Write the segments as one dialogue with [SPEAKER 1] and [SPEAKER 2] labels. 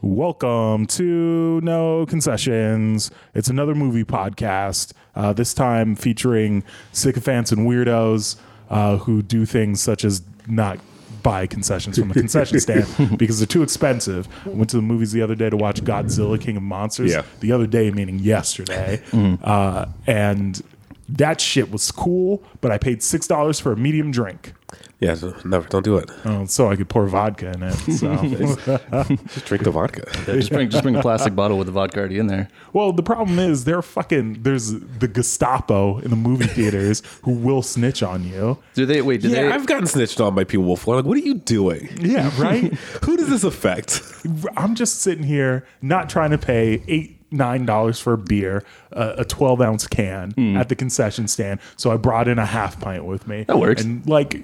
[SPEAKER 1] Welcome to No Concessions. It's another movie podcast, uh, this time featuring sycophants and weirdos uh, who do things such as not buy concessions from a concession stand because they're too expensive. I went to the movies the other day to watch Godzilla King of Monsters.
[SPEAKER 2] Yeah.
[SPEAKER 1] The other day, meaning yesterday. Uh, and that shit was cool, but I paid $6 for a medium drink.
[SPEAKER 2] Yeah, so never. Don't do it.
[SPEAKER 1] Oh, so I could pour vodka in it. So.
[SPEAKER 2] Just drink the vodka.
[SPEAKER 3] Just bring just bring a plastic bottle with the vodka already in there.
[SPEAKER 1] Well, the problem is they're fucking. There's the Gestapo in the movie theaters who will snitch on you.
[SPEAKER 3] Do they wait? Do
[SPEAKER 2] Yeah,
[SPEAKER 3] they?
[SPEAKER 2] I've gotten snitched on by people before. Like, what are you doing?
[SPEAKER 1] Yeah, right.
[SPEAKER 2] Who does this affect?
[SPEAKER 1] I'm just sitting here not trying to pay eight nine dollars for a beer, uh, a 12 ounce can
[SPEAKER 3] Hmm.
[SPEAKER 1] at the concession stand. So I brought in a half pint with me.
[SPEAKER 3] That works.
[SPEAKER 1] And like,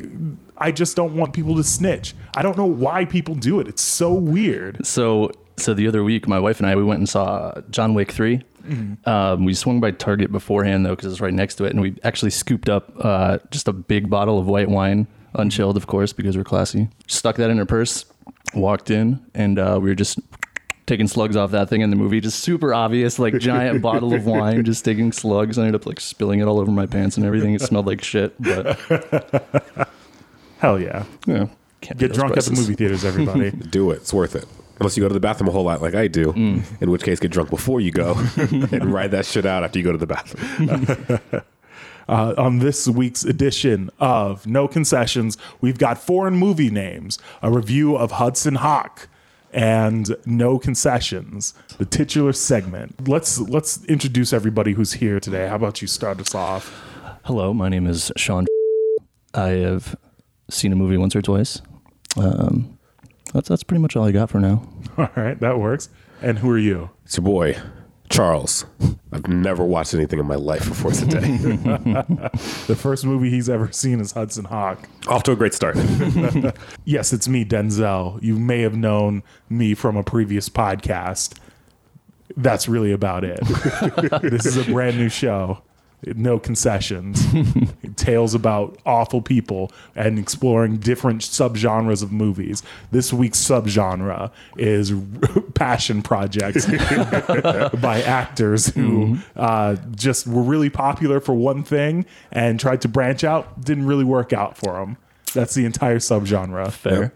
[SPEAKER 1] I just don't want people to snitch. I don't know why people do it. It's so weird.
[SPEAKER 3] so so the other week, my wife and I we went and saw John Wick 3
[SPEAKER 1] Mm-hmm.
[SPEAKER 3] Um, we swung by Target beforehand though because it's right next to it, and we actually scooped up uh, just a big bottle of white wine, unchilled of course because we're classy. Stuck that in her purse, walked in, and uh, we were just taking slugs off that thing in the movie. Just super obvious, like giant bottle of wine, just taking slugs. I ended up like spilling it all over my pants and everything. It smelled like shit, but
[SPEAKER 1] Hell yeah.
[SPEAKER 3] yeah. Can't pay
[SPEAKER 1] Get
[SPEAKER 3] those
[SPEAKER 1] drunk at
[SPEAKER 3] prices.
[SPEAKER 1] the movie theaters, everybody.
[SPEAKER 2] Do it. It's worth it. Unless you go to the bathroom a whole lot, like I do. In which case, get drunk before you go and ride that shit out after you go to the bathroom.
[SPEAKER 1] uh, on this week's edition of No Concessions. We've got foreign movie names, a review of Hudson Hawk, and No Concessions, the titular segment. Let's let's introduce everybody who's here today. How about you start us off?
[SPEAKER 3] Hello, my name is Sean. I have seen a movie once or twice. Um, that's that's pretty much all I got for now.
[SPEAKER 1] All right, that works. And who are you?
[SPEAKER 2] It's your boy, Charles. I've never watched anything in my life before today.
[SPEAKER 1] The first movie he's ever seen is Hudson Hawk.
[SPEAKER 2] Off to a great start.
[SPEAKER 1] Yes, it's me, Denzel. You may have known me from a previous podcast. That's really about it. this is a brand new show. No concessions. Tales about awful people and exploring different subgenres of movies. This week's subgenre is passion projects by actors who uh, just were really popular for one thing and tried to branch out. Didn't really work out for them. That's the entire subgenre.
[SPEAKER 3] Fair.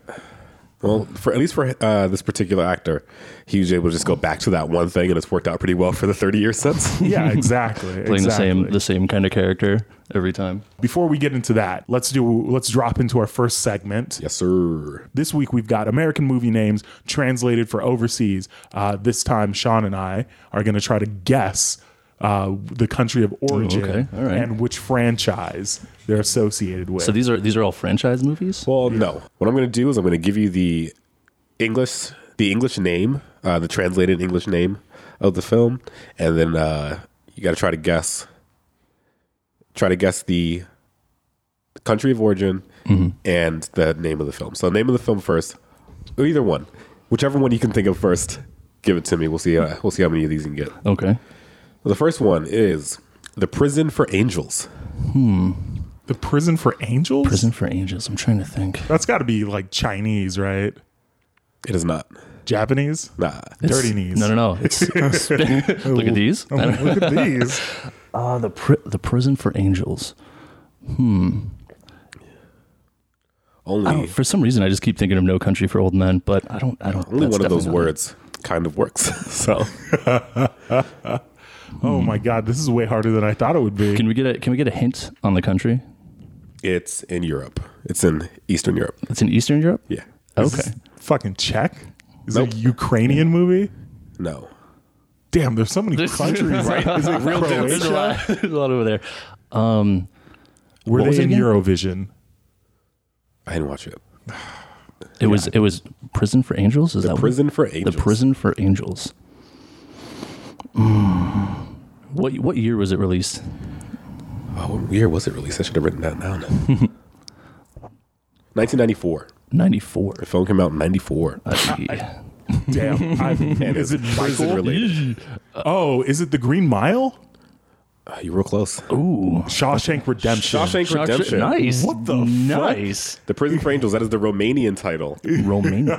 [SPEAKER 2] Well, for at least for uh, this particular actor, he was able to just go back to that one thing, and it's worked out pretty well for the thirty years since.
[SPEAKER 1] yeah, exactly.
[SPEAKER 3] Playing
[SPEAKER 1] exactly.
[SPEAKER 3] the same the same kind of character every time.
[SPEAKER 1] Before we get into that, let's do let's drop into our first segment.
[SPEAKER 2] yes, sir.
[SPEAKER 1] This week we've got American movie names translated for overseas. Uh, this time, Sean and I are going to try to guess uh, the country of origin
[SPEAKER 3] okay. All right.
[SPEAKER 1] and which franchise they're associated with.
[SPEAKER 3] So these are these are all franchise movies.
[SPEAKER 2] Well, no. What I'm going to do is I'm going to give you the English, the English name, uh, the translated English name of the film, and then uh, you got to try to guess, try to guess the country of origin and the name of the film. So, name of the film first, or either one, whichever one you can think of first. Give it to me. We'll see. Uh, we'll see how many of these you can get.
[SPEAKER 3] Okay.
[SPEAKER 2] The first one is the prison for angels.
[SPEAKER 1] the Prison for Angels.
[SPEAKER 3] Prison for Angels. I'm trying to think.
[SPEAKER 1] That's got to be like Chinese, right?
[SPEAKER 2] It is not.
[SPEAKER 1] Japanese.
[SPEAKER 2] Nah.
[SPEAKER 1] Dirty knees.
[SPEAKER 3] No, no, no. It's, look at these.
[SPEAKER 1] Oh, look at these.
[SPEAKER 3] Uh, the pri- the Prison for Angels. I
[SPEAKER 2] Only
[SPEAKER 3] don't, for some reason, I just keep thinking of No Country for Old Men, but I don't. I don't.
[SPEAKER 2] Only
[SPEAKER 3] that's
[SPEAKER 2] one of those
[SPEAKER 3] definitely not it.
[SPEAKER 2] words kind of works. so
[SPEAKER 1] Oh my god, this is way harder than I thought it would be.
[SPEAKER 3] Can we get a Can we get a hint on the country?
[SPEAKER 2] it's in Europe. It's in Eastern Europe.
[SPEAKER 3] It's in Eastern Europe.
[SPEAKER 2] Yeah.
[SPEAKER 3] Okay.
[SPEAKER 1] fucking Czech? Is
[SPEAKER 2] Nope.
[SPEAKER 1] it a Ukrainian movie?
[SPEAKER 2] No.
[SPEAKER 1] Damn, there's so many countries. Is it
[SPEAKER 3] There's a
[SPEAKER 1] Croatia?
[SPEAKER 3] lot, there's a lot over there. Um,
[SPEAKER 1] Were
[SPEAKER 3] What was
[SPEAKER 1] they
[SPEAKER 3] it
[SPEAKER 1] in
[SPEAKER 3] again?
[SPEAKER 1] Eurovision?
[SPEAKER 2] I didn't watch it.
[SPEAKER 3] it was it was prison for angels. Is that what-
[SPEAKER 2] Prison for
[SPEAKER 3] the
[SPEAKER 2] Angels.
[SPEAKER 3] prison for angels? Mm. What what year was it released?
[SPEAKER 2] Oh, what year was it released? I should have written that down. 1994.
[SPEAKER 3] Ninety four.
[SPEAKER 2] The film came out in 94.
[SPEAKER 1] Damn. I- is it
[SPEAKER 2] Prison
[SPEAKER 1] Michael?
[SPEAKER 2] related.
[SPEAKER 1] Oh, is it the Green Mile?
[SPEAKER 2] Uh, you're real close.
[SPEAKER 3] Ooh.
[SPEAKER 1] Shawshank Redemption.
[SPEAKER 2] Shawshank Redemption.
[SPEAKER 3] Nice.
[SPEAKER 1] What the fuck?
[SPEAKER 3] Nice.
[SPEAKER 2] The Prison for Angels. That is the Romanian title.
[SPEAKER 3] Romanian.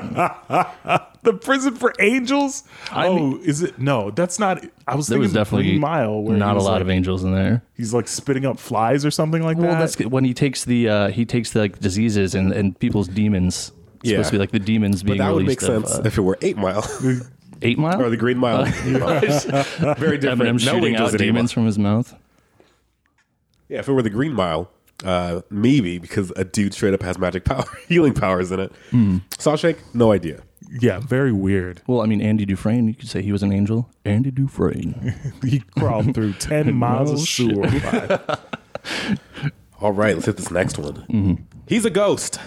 [SPEAKER 1] The Prison for Angels.
[SPEAKER 3] I mean-
[SPEAKER 1] oh, is it? No, that's not. I was
[SPEAKER 3] There
[SPEAKER 1] thinking
[SPEAKER 3] was definitely
[SPEAKER 1] Green Mile. Where
[SPEAKER 3] not
[SPEAKER 1] he
[SPEAKER 3] a
[SPEAKER 1] was
[SPEAKER 3] lot
[SPEAKER 1] like,
[SPEAKER 3] of angels in there.
[SPEAKER 1] He's like spitting up flies or something like
[SPEAKER 3] Well,
[SPEAKER 1] that.
[SPEAKER 3] that's good. when he takes the uh, he takes the, like diseases and, and people's demons.
[SPEAKER 2] Yeah.
[SPEAKER 3] It's supposed to be like the demons being
[SPEAKER 2] That would make
[SPEAKER 3] released. of,
[SPEAKER 2] sense
[SPEAKER 3] uh,
[SPEAKER 2] if it were Eight Mile
[SPEAKER 3] eight mile.
[SPEAKER 2] or the Green Mile. Very different.
[SPEAKER 3] Eminem
[SPEAKER 2] No
[SPEAKER 3] shooting
[SPEAKER 2] angels
[SPEAKER 3] out
[SPEAKER 2] in Eight Mile.
[SPEAKER 3] demons from his mouth.
[SPEAKER 2] Yeah, if it were the Green Mile, uh, maybe because a dude straight up has magic power, healing powers in it. Sawshank, no idea.
[SPEAKER 1] yeah, very weird.
[SPEAKER 3] Well, I mean, Andy Dufresne. You could say he was an angel. Andy Dufresne.
[SPEAKER 1] He crawled through ten miles of
[SPEAKER 3] shit.
[SPEAKER 1] sewer. pipe.
[SPEAKER 2] All right, let's hit this next one. He's a ghost.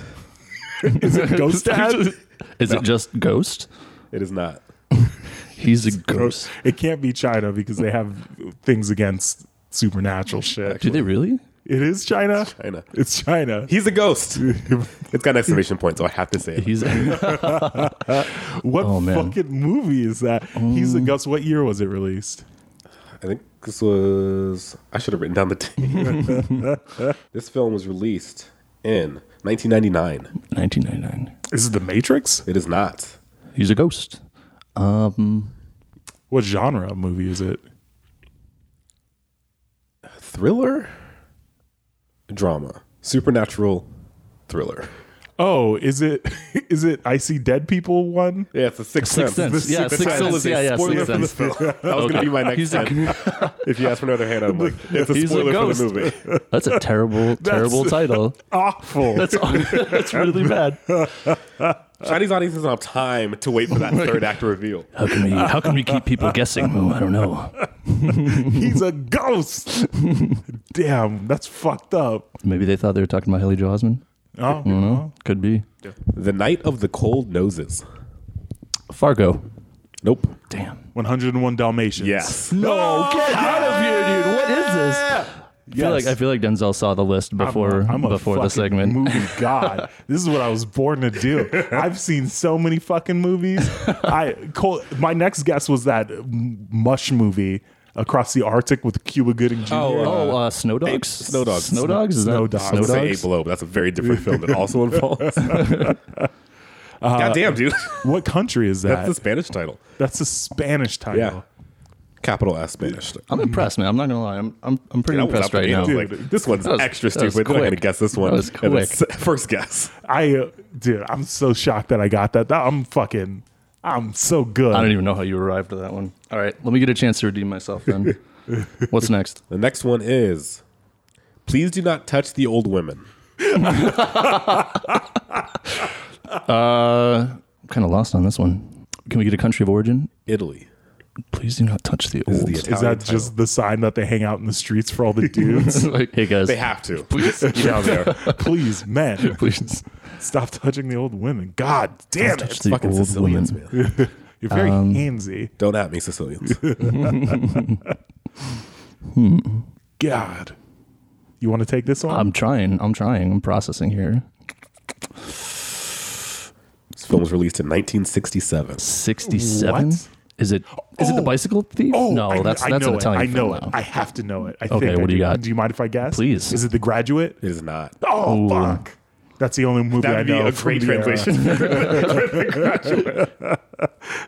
[SPEAKER 1] Is it Ghost Dad?
[SPEAKER 3] Is it just ghost?
[SPEAKER 2] It is not.
[SPEAKER 3] He's a ghost.
[SPEAKER 1] It can't be China because they have things against supernatural shit.
[SPEAKER 3] Do they really?
[SPEAKER 1] It is China.
[SPEAKER 2] China.
[SPEAKER 1] It's China.
[SPEAKER 2] He's a ghost. it's got an exclamation point, so I have to say it.
[SPEAKER 3] He's
[SPEAKER 1] What
[SPEAKER 3] Oh, man. Um,
[SPEAKER 1] fucking movie is that? He's a Gus. What year was it released?
[SPEAKER 2] I think this was. I should have written down the date. this film was released in 1999.
[SPEAKER 3] 1999.
[SPEAKER 1] Is it The Matrix?
[SPEAKER 2] It is not.
[SPEAKER 3] He's a ghost.
[SPEAKER 1] What genre of movie is it?
[SPEAKER 2] Thriller? Drama. Supernatural thriller.
[SPEAKER 1] Oh, is it is it I See Dead People one?
[SPEAKER 2] Yeah, it's a sixth
[SPEAKER 3] Sixth
[SPEAKER 2] sense.
[SPEAKER 3] Sense. Yeah,
[SPEAKER 2] The
[SPEAKER 3] Sixth
[SPEAKER 2] title
[SPEAKER 3] Sense.
[SPEAKER 2] is a
[SPEAKER 3] Yeah, yeah,
[SPEAKER 2] spoiler
[SPEAKER 3] Sixth
[SPEAKER 2] for the
[SPEAKER 3] Sense.
[SPEAKER 2] film. That was going to be my next
[SPEAKER 3] He's a-
[SPEAKER 2] time. if you ask for another hand, I'm like, it's a
[SPEAKER 3] He's a
[SPEAKER 2] spoiler for the
[SPEAKER 3] ghost.
[SPEAKER 2] movie.
[SPEAKER 3] That's a terrible, terrible title.
[SPEAKER 1] Awful.
[SPEAKER 3] That's that's really bad.
[SPEAKER 2] Chinese audiences don't have time to wait for that third act reveal.
[SPEAKER 3] How can we? How can we keep people guessing? Oh, I don't know.
[SPEAKER 1] He's a ghost. Damn, that's fucked up.
[SPEAKER 3] Maybe they thought they were talking about Haley Joel Osment.
[SPEAKER 1] Oh,
[SPEAKER 3] Could be.
[SPEAKER 2] The Night of the Cold Noses.
[SPEAKER 3] Fargo.
[SPEAKER 2] Nope.
[SPEAKER 3] Damn.
[SPEAKER 1] 101 Dalmatians.
[SPEAKER 2] Yes.
[SPEAKER 3] No, get out of here, dude. What is this? I feel like I feel like Denzel saw the list before before
[SPEAKER 1] fucking
[SPEAKER 3] the segment.
[SPEAKER 1] Movie god, this is what I was born to do. I've seen so many fucking movies. I Cole, my next guess was that m- mush movie across the Arctic with Cuba Gooding Jr.
[SPEAKER 3] Oh, uh, Snow Dogs.
[SPEAKER 2] Snow Dogs.
[SPEAKER 3] Snow Dogs. Is
[SPEAKER 1] Snow
[SPEAKER 3] that
[SPEAKER 1] Dogs.
[SPEAKER 2] I
[SPEAKER 3] Snow
[SPEAKER 2] would say Eight
[SPEAKER 3] Dogs?
[SPEAKER 2] Below, but that's a very different film that also involves. Uh, Goddamn, dude.
[SPEAKER 1] What country is that?
[SPEAKER 2] That's the Spanish title.
[SPEAKER 1] That's a Spanish title.
[SPEAKER 2] Yeah. Capital S Spanish.
[SPEAKER 3] I'm impressed, man. I'm not gonna lie. I'm I'm, I'm pretty
[SPEAKER 2] That was
[SPEAKER 3] impressed
[SPEAKER 2] up to
[SPEAKER 3] right
[SPEAKER 2] me. I
[SPEAKER 3] now.
[SPEAKER 2] was like, this one's
[SPEAKER 3] That was-
[SPEAKER 2] extra
[SPEAKER 3] that was
[SPEAKER 2] stupid. We're not going to
[SPEAKER 3] quick.
[SPEAKER 2] guess this one.
[SPEAKER 3] That was
[SPEAKER 2] at the
[SPEAKER 3] quick.
[SPEAKER 2] s- First guess.
[SPEAKER 1] I, uh, dude, I'm so shocked that I got that. That- I'm fucking, I'm so good.
[SPEAKER 3] I don't even know how you arrived at that one. All right, let me get a chance to redeem myself then. What's next?
[SPEAKER 2] The next one is Please Do Not Touch the Old Women.
[SPEAKER 3] Uh, I'm kind of lost on this one. Can we get a country of origin?
[SPEAKER 2] Italy.
[SPEAKER 3] Please do not touch the
[SPEAKER 2] is
[SPEAKER 3] old.
[SPEAKER 2] the
[SPEAKER 1] is
[SPEAKER 2] Italian
[SPEAKER 1] that just the sign that they hang out in the streets for all the dudes?
[SPEAKER 3] like, hey guys,
[SPEAKER 2] They have to.
[SPEAKER 3] please,
[SPEAKER 2] Get out there.
[SPEAKER 1] Please, men,
[SPEAKER 3] please
[SPEAKER 1] stop touching the old women. God damn
[SPEAKER 3] touch
[SPEAKER 1] it.
[SPEAKER 3] the Um,
[SPEAKER 2] Fucking
[SPEAKER 3] old woman.
[SPEAKER 2] Sicilians, man.
[SPEAKER 1] You're very handsy.
[SPEAKER 2] Don't at me, Sicilians.
[SPEAKER 1] God. You want to take this one?
[SPEAKER 3] I'm trying. I'm trying. I'm processing here.
[SPEAKER 2] this film was released in 1967.
[SPEAKER 3] 67.
[SPEAKER 1] What?
[SPEAKER 3] Is it? Is it the
[SPEAKER 1] Oh.
[SPEAKER 3] bicycle thief?
[SPEAKER 1] oh,
[SPEAKER 3] no,
[SPEAKER 1] I, kn-
[SPEAKER 3] that's
[SPEAKER 1] I
[SPEAKER 3] that's
[SPEAKER 1] know
[SPEAKER 3] an
[SPEAKER 1] it.
[SPEAKER 3] Italian.
[SPEAKER 1] I know
[SPEAKER 3] film,
[SPEAKER 1] it.
[SPEAKER 3] though.
[SPEAKER 1] I have to know it. I
[SPEAKER 3] Okay,
[SPEAKER 1] think I
[SPEAKER 3] what do you got?
[SPEAKER 1] Do you mind if I guess?
[SPEAKER 3] Please.
[SPEAKER 1] Is it The Graduate?
[SPEAKER 2] It is not.
[SPEAKER 1] Oh, fuck. That's the only movie
[SPEAKER 2] That
[SPEAKER 1] I
[SPEAKER 2] would be
[SPEAKER 1] know.
[SPEAKER 2] a
[SPEAKER 1] from
[SPEAKER 2] great
[SPEAKER 1] the era.
[SPEAKER 2] translation.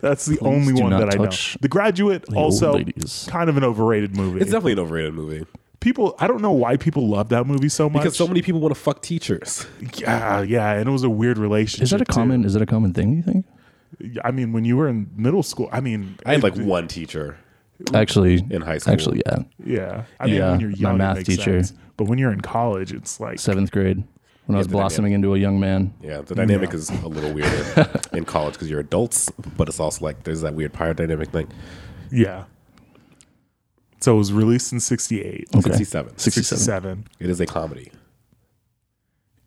[SPEAKER 1] That's the only
[SPEAKER 3] do
[SPEAKER 1] one
[SPEAKER 3] not
[SPEAKER 1] that I know.
[SPEAKER 3] touch
[SPEAKER 1] The Graduate,
[SPEAKER 3] old
[SPEAKER 1] also
[SPEAKER 3] ladies.
[SPEAKER 1] kind of an overrated movie.
[SPEAKER 2] it's definitely an overrated movie
[SPEAKER 1] people, I don't know why people love that movie so much.
[SPEAKER 2] because so many people want to fuck teachers.
[SPEAKER 1] yeah, yeah, and it was a weird relationship.
[SPEAKER 3] Is that a
[SPEAKER 1] too.
[SPEAKER 3] common? Is that a common thing? You think?
[SPEAKER 1] I mean, when you were in middle school, I mean,
[SPEAKER 2] I had like one teacher.
[SPEAKER 3] Actually,
[SPEAKER 2] In high school.
[SPEAKER 3] Actually, yeah.
[SPEAKER 1] yeah, I mean,
[SPEAKER 3] Yeah,
[SPEAKER 1] when you're
[SPEAKER 3] my
[SPEAKER 1] young, it
[SPEAKER 3] math
[SPEAKER 1] makes
[SPEAKER 3] teacher.
[SPEAKER 1] sense. But when you're in college, it's like
[SPEAKER 3] Seventh grade, when I was
[SPEAKER 2] the dynamic.
[SPEAKER 3] blossoming into a young man.
[SPEAKER 2] Yeah, the dynamic is a little weirder in college because you're adults, but it's also like there's that weird power dynamic thing.
[SPEAKER 1] Yeah. So it was released in 68,
[SPEAKER 3] Okay.
[SPEAKER 2] 67.
[SPEAKER 3] 67.
[SPEAKER 1] 67.
[SPEAKER 2] It is a comedy.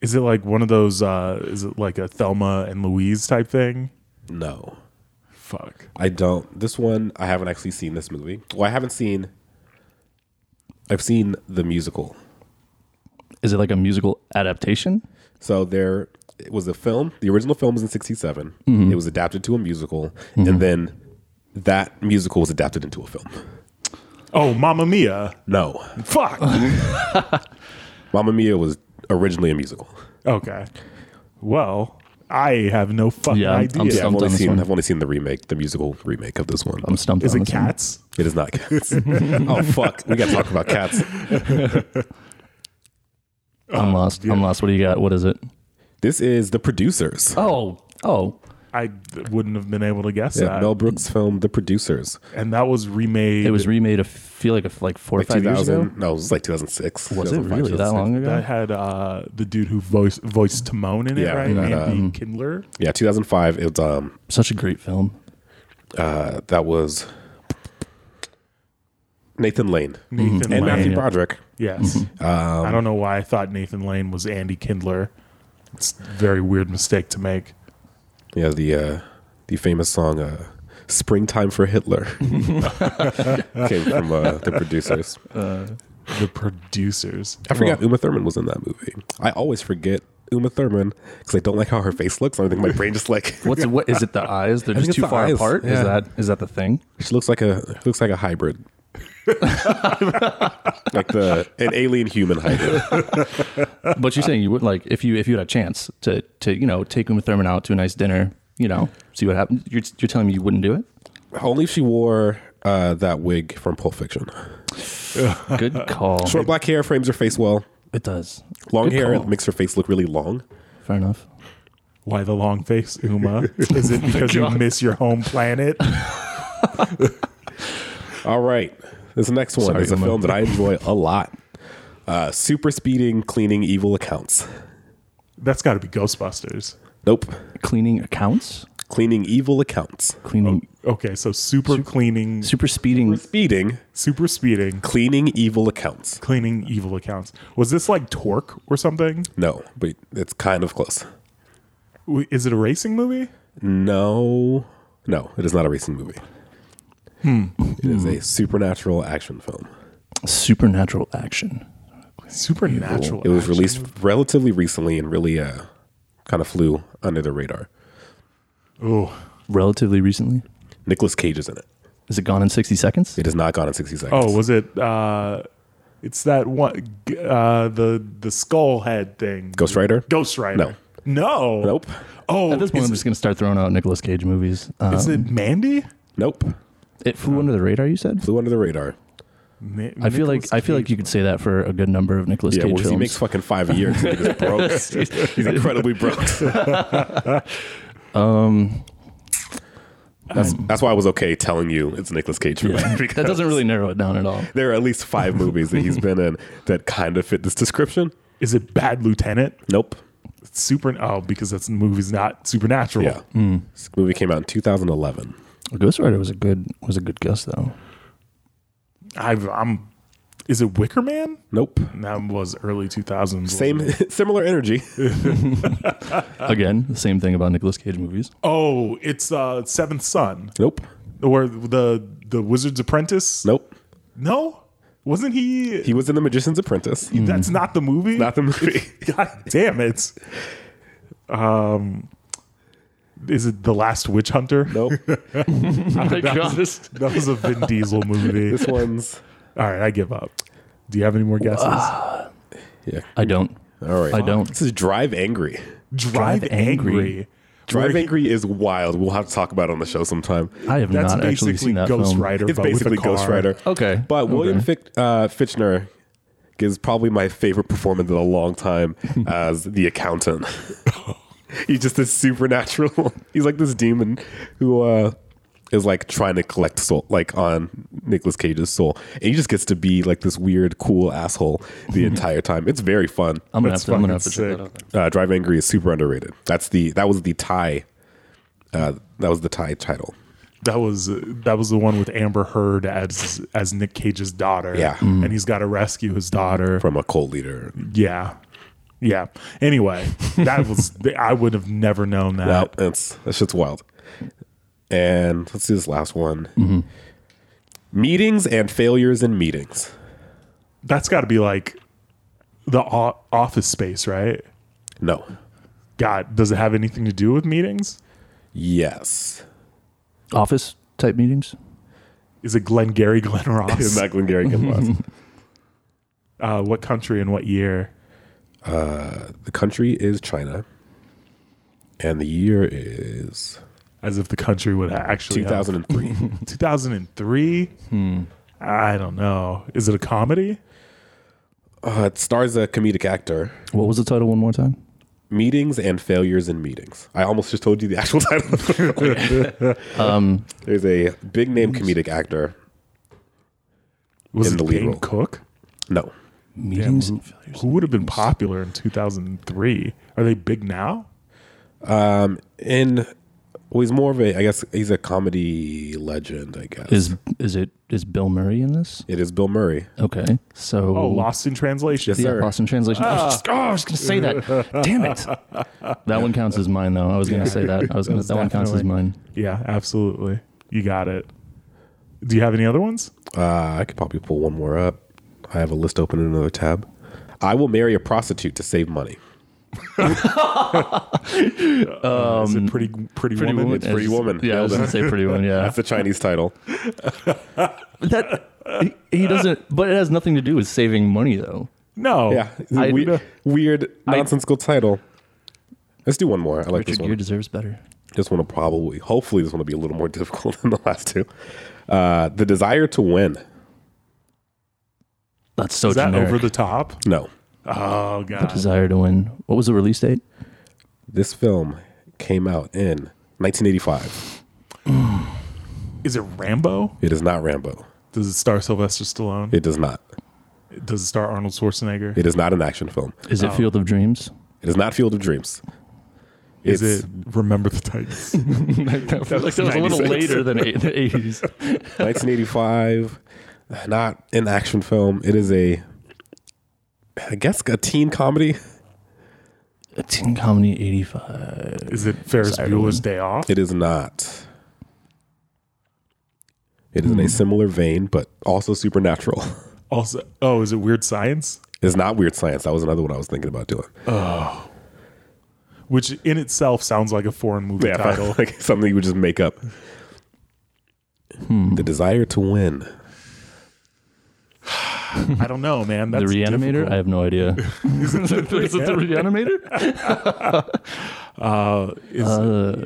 [SPEAKER 1] Is it like one of those, uh, is it like a Thelma and Louise type thing?
[SPEAKER 2] No.
[SPEAKER 1] Fuck.
[SPEAKER 2] I don't. This one, I haven't actually seen this movie. Well, I haven't seen. I've seen the musical.
[SPEAKER 3] Is it like a musical adaptation?
[SPEAKER 2] So there it was a film. The original film was in '67.
[SPEAKER 3] Mm-hmm.
[SPEAKER 2] It was adapted to a musical, and then that musical was adapted into a film.
[SPEAKER 1] Oh, Mamma Mia.
[SPEAKER 2] No,
[SPEAKER 1] Fuck.
[SPEAKER 2] Mamma Mia was originally a musical.
[SPEAKER 1] okay. Well, I have no fucking
[SPEAKER 3] Yeah, I'm-
[SPEAKER 1] idea.
[SPEAKER 3] I'm
[SPEAKER 2] Yeah, I've
[SPEAKER 3] stumped
[SPEAKER 2] only
[SPEAKER 3] on this
[SPEAKER 2] seen
[SPEAKER 3] one.
[SPEAKER 2] I've only seen the remake, the musical remake of this one.
[SPEAKER 3] I'm stumped.
[SPEAKER 1] Is
[SPEAKER 3] on
[SPEAKER 1] it
[SPEAKER 3] this one.
[SPEAKER 1] cats?
[SPEAKER 2] It is not cats. oh fuck, we got to talk about cats.
[SPEAKER 3] I'm
[SPEAKER 1] Oh,
[SPEAKER 3] lost. I'm lost. What do you got? What is it?
[SPEAKER 2] This is the producers.
[SPEAKER 3] Oh, oh,
[SPEAKER 1] I wouldn't have been able to guess
[SPEAKER 2] Yeah,
[SPEAKER 1] that.
[SPEAKER 2] Mel Brooks film The Producers.
[SPEAKER 1] And that was remade.
[SPEAKER 3] it was remade. I feel like a, f- like four or five years ago.
[SPEAKER 2] No, it was like 2006.
[SPEAKER 3] Was it really that long ago?
[SPEAKER 1] that had uh, the dude who voiced voiced Timon in it,
[SPEAKER 2] Yeah,
[SPEAKER 1] right?
[SPEAKER 2] that, um,
[SPEAKER 1] Andy Kindler.
[SPEAKER 2] Yeah, 2005. It was, um,
[SPEAKER 3] Such a great film.
[SPEAKER 2] uh, that was Nathan Lane
[SPEAKER 3] mhm.
[SPEAKER 1] Nathan Lane.
[SPEAKER 2] and Matthew
[SPEAKER 3] yeah.
[SPEAKER 2] Broderick.
[SPEAKER 1] Yes.
[SPEAKER 2] Mm-hmm. Um,
[SPEAKER 1] I don't know why I thought Nathan Lane was Andy Kindler. It's a very weird mistake to make.
[SPEAKER 2] Yeah, the uh, the famous song uh, "Springtime for Hitler" came from uh, the producers.
[SPEAKER 1] The producers.
[SPEAKER 2] I forgot Uma Thurman was in that movie. I always forget Uma Thurman because I don't like how her face looks. I think my brain just like
[SPEAKER 3] What's it, what is it? The eyes? They're
[SPEAKER 2] I think
[SPEAKER 3] just
[SPEAKER 2] it's
[SPEAKER 3] too
[SPEAKER 2] the
[SPEAKER 3] far
[SPEAKER 2] eyes,
[SPEAKER 3] apart.
[SPEAKER 2] yeah.
[SPEAKER 3] Is that is that the thing?
[SPEAKER 2] She looks like a looks like a hybrid. like the an alien human hybrid.
[SPEAKER 3] But you're saying you would like if you if you had a chance to to you know take Uma Thurman out to a nice dinner, you know, see what happens. You're, you're telling me you wouldn't do it?
[SPEAKER 2] Only if she wore uh, that wig from Pulp Fiction.
[SPEAKER 3] Good call.
[SPEAKER 2] Short black hair frames her face well.
[SPEAKER 3] It does.
[SPEAKER 2] Long
[SPEAKER 3] Good
[SPEAKER 2] hair
[SPEAKER 3] call.
[SPEAKER 2] makes her face look really long.
[SPEAKER 3] Fair enough.
[SPEAKER 1] Why the long face, Uma? Is
[SPEAKER 2] Oh
[SPEAKER 1] it because you miss your home planet?
[SPEAKER 2] All right. This next one
[SPEAKER 3] Sorry,
[SPEAKER 2] is a
[SPEAKER 3] Uma.
[SPEAKER 2] film that I enjoy a lot. Uh, super speeding, cleaning evil accounts.
[SPEAKER 1] That's got to be Ghostbusters.
[SPEAKER 2] Nope.
[SPEAKER 3] Cleaning accounts.
[SPEAKER 2] Cleaning evil accounts.
[SPEAKER 3] Cleaning.
[SPEAKER 1] Okay, so super cleaning,
[SPEAKER 2] Oh.
[SPEAKER 3] Super speeding.
[SPEAKER 2] Speeding,
[SPEAKER 1] super speeding,
[SPEAKER 2] cleaning evil accounts.
[SPEAKER 1] cleaning evil accounts. Was this like Torque or something?
[SPEAKER 2] No, but it's kind of close.
[SPEAKER 1] W- Is it a racing movie?
[SPEAKER 2] No, no, it is not a racing movie.
[SPEAKER 3] Hmm.
[SPEAKER 2] It is a supernatural action film.
[SPEAKER 3] Supernatural action.
[SPEAKER 1] Supernatural.
[SPEAKER 2] It was released relatively recently and really uh, kind of flew under the radar.
[SPEAKER 1] Oh,
[SPEAKER 3] Relatively recently.
[SPEAKER 2] Nicolas Cage is in it.
[SPEAKER 3] Is it gone in 60 seconds?
[SPEAKER 2] It has not gone in 60 seconds.
[SPEAKER 1] oh, was it? uh It's that one, g- uh, the the skull head thing.
[SPEAKER 2] Ghost Rider?
[SPEAKER 1] Ghost Rider.
[SPEAKER 2] No.
[SPEAKER 1] No.
[SPEAKER 2] Nope.
[SPEAKER 1] Oh,
[SPEAKER 3] At this point,
[SPEAKER 1] is,
[SPEAKER 3] I'm just going to start throwing out Nicolas Cage movies. Um,
[SPEAKER 1] is it Mandy?
[SPEAKER 2] Nope.
[SPEAKER 3] it flew under the radar. You said.
[SPEAKER 2] Flew under the radar.
[SPEAKER 1] Ma-
[SPEAKER 3] I feel like
[SPEAKER 1] Nicolas
[SPEAKER 3] I feel like
[SPEAKER 1] Cage.
[SPEAKER 3] you could say that for a good number of Nicolas
[SPEAKER 2] Yeah,
[SPEAKER 3] Cage
[SPEAKER 2] well,
[SPEAKER 3] films.
[SPEAKER 2] he makes fucking five a year. 'cause He's broke. He's incredibly broke.
[SPEAKER 3] um,
[SPEAKER 2] That's, that's why I was okay telling you it's a Nicolas Cage movie. because
[SPEAKER 3] that doesn't really narrow it down at all.
[SPEAKER 2] there are at least five movies that he's been in that kind of fit this description.
[SPEAKER 1] is it Bad Lieutenant?
[SPEAKER 2] Nope.
[SPEAKER 1] Super. Oh, because that's the movie's not supernatural.
[SPEAKER 2] Yeah.
[SPEAKER 3] Mm.
[SPEAKER 2] This movie came out in 2011.
[SPEAKER 3] Ghost Rider was a good was a good guess though.
[SPEAKER 1] i I'm. Is it Wicker Man?
[SPEAKER 2] Nope.
[SPEAKER 1] That was early 2000s.
[SPEAKER 2] Same, similar energy.
[SPEAKER 1] Uh,
[SPEAKER 3] Again, the same thing about Nicolas Cage movies.
[SPEAKER 1] Oh, it's uh Seventh Son
[SPEAKER 2] Nope.
[SPEAKER 1] or the the Wizard's Apprentice.
[SPEAKER 2] Nope.
[SPEAKER 1] No, wasn't he?
[SPEAKER 2] He was in The Magician's Apprentice.
[SPEAKER 3] Mm.
[SPEAKER 1] that's not the movie.
[SPEAKER 2] Not the movie.
[SPEAKER 1] God damn it. Um, is it the Last Witch Hunter?
[SPEAKER 2] nope.
[SPEAKER 3] Oh my God.
[SPEAKER 1] That was a Vin Diesel movie.
[SPEAKER 2] This one's.
[SPEAKER 1] All right, I give up. Do you have any more guesses?
[SPEAKER 3] Ah,
[SPEAKER 2] Yeah.
[SPEAKER 3] I don't.
[SPEAKER 2] All right.
[SPEAKER 3] I don't.
[SPEAKER 2] This is Drive Angry.
[SPEAKER 1] Drive,
[SPEAKER 3] Drive
[SPEAKER 1] Angry.
[SPEAKER 3] Angry.
[SPEAKER 2] Drive
[SPEAKER 1] Where he-
[SPEAKER 2] Angry is wild. We'll have to talk about it on the show sometime.
[SPEAKER 3] I have
[SPEAKER 1] That's
[SPEAKER 3] not actually
[SPEAKER 1] basically
[SPEAKER 3] seen that
[SPEAKER 1] Ghost
[SPEAKER 3] film.
[SPEAKER 1] Rider.
[SPEAKER 2] It's
[SPEAKER 1] but with a
[SPEAKER 2] basically
[SPEAKER 1] car.
[SPEAKER 2] Ghost Rider.
[SPEAKER 3] Okay.
[SPEAKER 2] But
[SPEAKER 3] Okay.
[SPEAKER 2] William Fick, uh, Fitchner gives probably my favorite performance in a long time as the accountant. He's just this supernatural. He's like this demon who uh, is like trying to collect soul, like on Nicolas Cage's soul, and he just gets to be like this weird, cool asshole the entire time. It's very fun.
[SPEAKER 3] I'm gonna have
[SPEAKER 1] That's
[SPEAKER 3] to. I'm gonna have to
[SPEAKER 1] fucking
[SPEAKER 3] check
[SPEAKER 1] sick.
[SPEAKER 3] that out. then.
[SPEAKER 2] Uh, Drive Angry is super underrated. That's the that was the tie. Uh, that was the tie title.
[SPEAKER 1] That was that was the one with Amber Heard as as Nick Cage's daughter.
[SPEAKER 2] Yeah.
[SPEAKER 1] and he's got to rescue his daughter.
[SPEAKER 2] from a cult leader.
[SPEAKER 1] Yeah, yeah. Anyway, that was I would have never known that.
[SPEAKER 2] Wow, that's that shit's wild. And let's do this last one. Meetings and failures in meetings.
[SPEAKER 1] That's got to be like the o- office space, right?
[SPEAKER 2] No.
[SPEAKER 1] God, does it have anything to do with meetings?
[SPEAKER 2] Yes.
[SPEAKER 3] Office type meetings.
[SPEAKER 1] Is it Glengarry Glen Ross?
[SPEAKER 2] Not Glengarry Glen Ross.
[SPEAKER 1] Uh, what country and what year?
[SPEAKER 2] the country is China, and the year is
[SPEAKER 1] As if the country would actually. have-
[SPEAKER 2] 2003.
[SPEAKER 1] 2003?
[SPEAKER 2] Hmm.
[SPEAKER 1] I don't know. Is it a comedy?
[SPEAKER 2] uh, it stars a comedic actor.
[SPEAKER 3] What was the title one more time?
[SPEAKER 2] Meetings and failures in meetings. I almost just told you the actual title. of the film.
[SPEAKER 3] Um,
[SPEAKER 2] There's a big name comedic actor.
[SPEAKER 1] Was
[SPEAKER 2] In
[SPEAKER 1] it
[SPEAKER 2] the lead
[SPEAKER 1] Dane
[SPEAKER 2] role.
[SPEAKER 1] Cook?
[SPEAKER 2] No,
[SPEAKER 3] Meetings and
[SPEAKER 1] Who would have been popular in 2003? Are they big now?
[SPEAKER 2] and well, he's more of a. I guess he's a comedy legend. I guess
[SPEAKER 3] Is is it is Bill Murray in this?
[SPEAKER 2] it is Bill Murray.
[SPEAKER 3] Okay, so
[SPEAKER 1] Oh, Lost in Translation.
[SPEAKER 2] Yes,
[SPEAKER 3] yeah,
[SPEAKER 2] sir.
[SPEAKER 3] Lost in Translation. I was just, oh, I was gonna say that. Damn it! That one counts as mine though. I was gonna say that. I was gonna.
[SPEAKER 1] was
[SPEAKER 3] That one counts as
[SPEAKER 1] definitely-
[SPEAKER 3] mine.
[SPEAKER 1] Yeah, absolutely. You got it. Do you have any other ones?
[SPEAKER 2] Uh, I could probably pull one more up. I have a list open in another tab. I will marry a prostitute to save money.
[SPEAKER 1] Is it pretty pretty, woman?
[SPEAKER 2] Woman. Pretty
[SPEAKER 3] As-
[SPEAKER 2] Woman.
[SPEAKER 3] Yeah, I was gonna say Pretty Woman. Yeah,
[SPEAKER 2] That's the Chinese title.
[SPEAKER 3] that he, he doesn't. But it has nothing to do with saving money though.
[SPEAKER 1] No.
[SPEAKER 2] Yeah,
[SPEAKER 3] I-
[SPEAKER 2] we- weird nonsensical title. Let's do one more. I like this
[SPEAKER 3] Richard
[SPEAKER 2] one.
[SPEAKER 3] Gere deserves better.
[SPEAKER 2] This one will probably, hopefully, this one will be a little more difficult than the last two. Uh, the desire to win.
[SPEAKER 3] That's so
[SPEAKER 1] Is that
[SPEAKER 3] generic.
[SPEAKER 1] over the top?
[SPEAKER 2] No,
[SPEAKER 1] Oh god.
[SPEAKER 3] Desire to win. What was the release date?
[SPEAKER 2] this film came out in 1985.
[SPEAKER 1] Is it Rambo?
[SPEAKER 2] It is not Rambo.
[SPEAKER 1] Does it star Sylvester Stallone?
[SPEAKER 2] It does not.
[SPEAKER 1] Does it star Arnold Schwarzenegger?
[SPEAKER 2] It is not an action film.
[SPEAKER 3] Is it Field of Dreams?
[SPEAKER 2] It is not Field of Dreams.
[SPEAKER 1] Is
[SPEAKER 2] It's-
[SPEAKER 1] it Remember the Titans?
[SPEAKER 3] I feel like that was a little
[SPEAKER 2] 96.
[SPEAKER 3] later than eight, the 80s.
[SPEAKER 2] 1985. Not an action film. It is a, I guess, a teen comedy.
[SPEAKER 3] A teen comedy 85.
[SPEAKER 1] Is it Ferris
[SPEAKER 3] Desire to
[SPEAKER 1] Bueller's
[SPEAKER 3] Win.
[SPEAKER 1] Day Off?
[SPEAKER 2] It is not. It is in
[SPEAKER 1] Hmm.
[SPEAKER 2] a similar vein, but also supernatural.
[SPEAKER 1] Also, oh, is it Weird Science?
[SPEAKER 2] It's not weird science. That was another one I was thinking about doing.
[SPEAKER 1] Which in itself sounds like a foreign movie
[SPEAKER 2] Yeah,
[SPEAKER 1] title.
[SPEAKER 2] like something you would just make up.
[SPEAKER 1] Hmm.
[SPEAKER 2] The desire to win.
[SPEAKER 1] I don't know, man. That's
[SPEAKER 3] the Reanimator? I have no idea. is it the Reanimator?
[SPEAKER 1] Uh, is,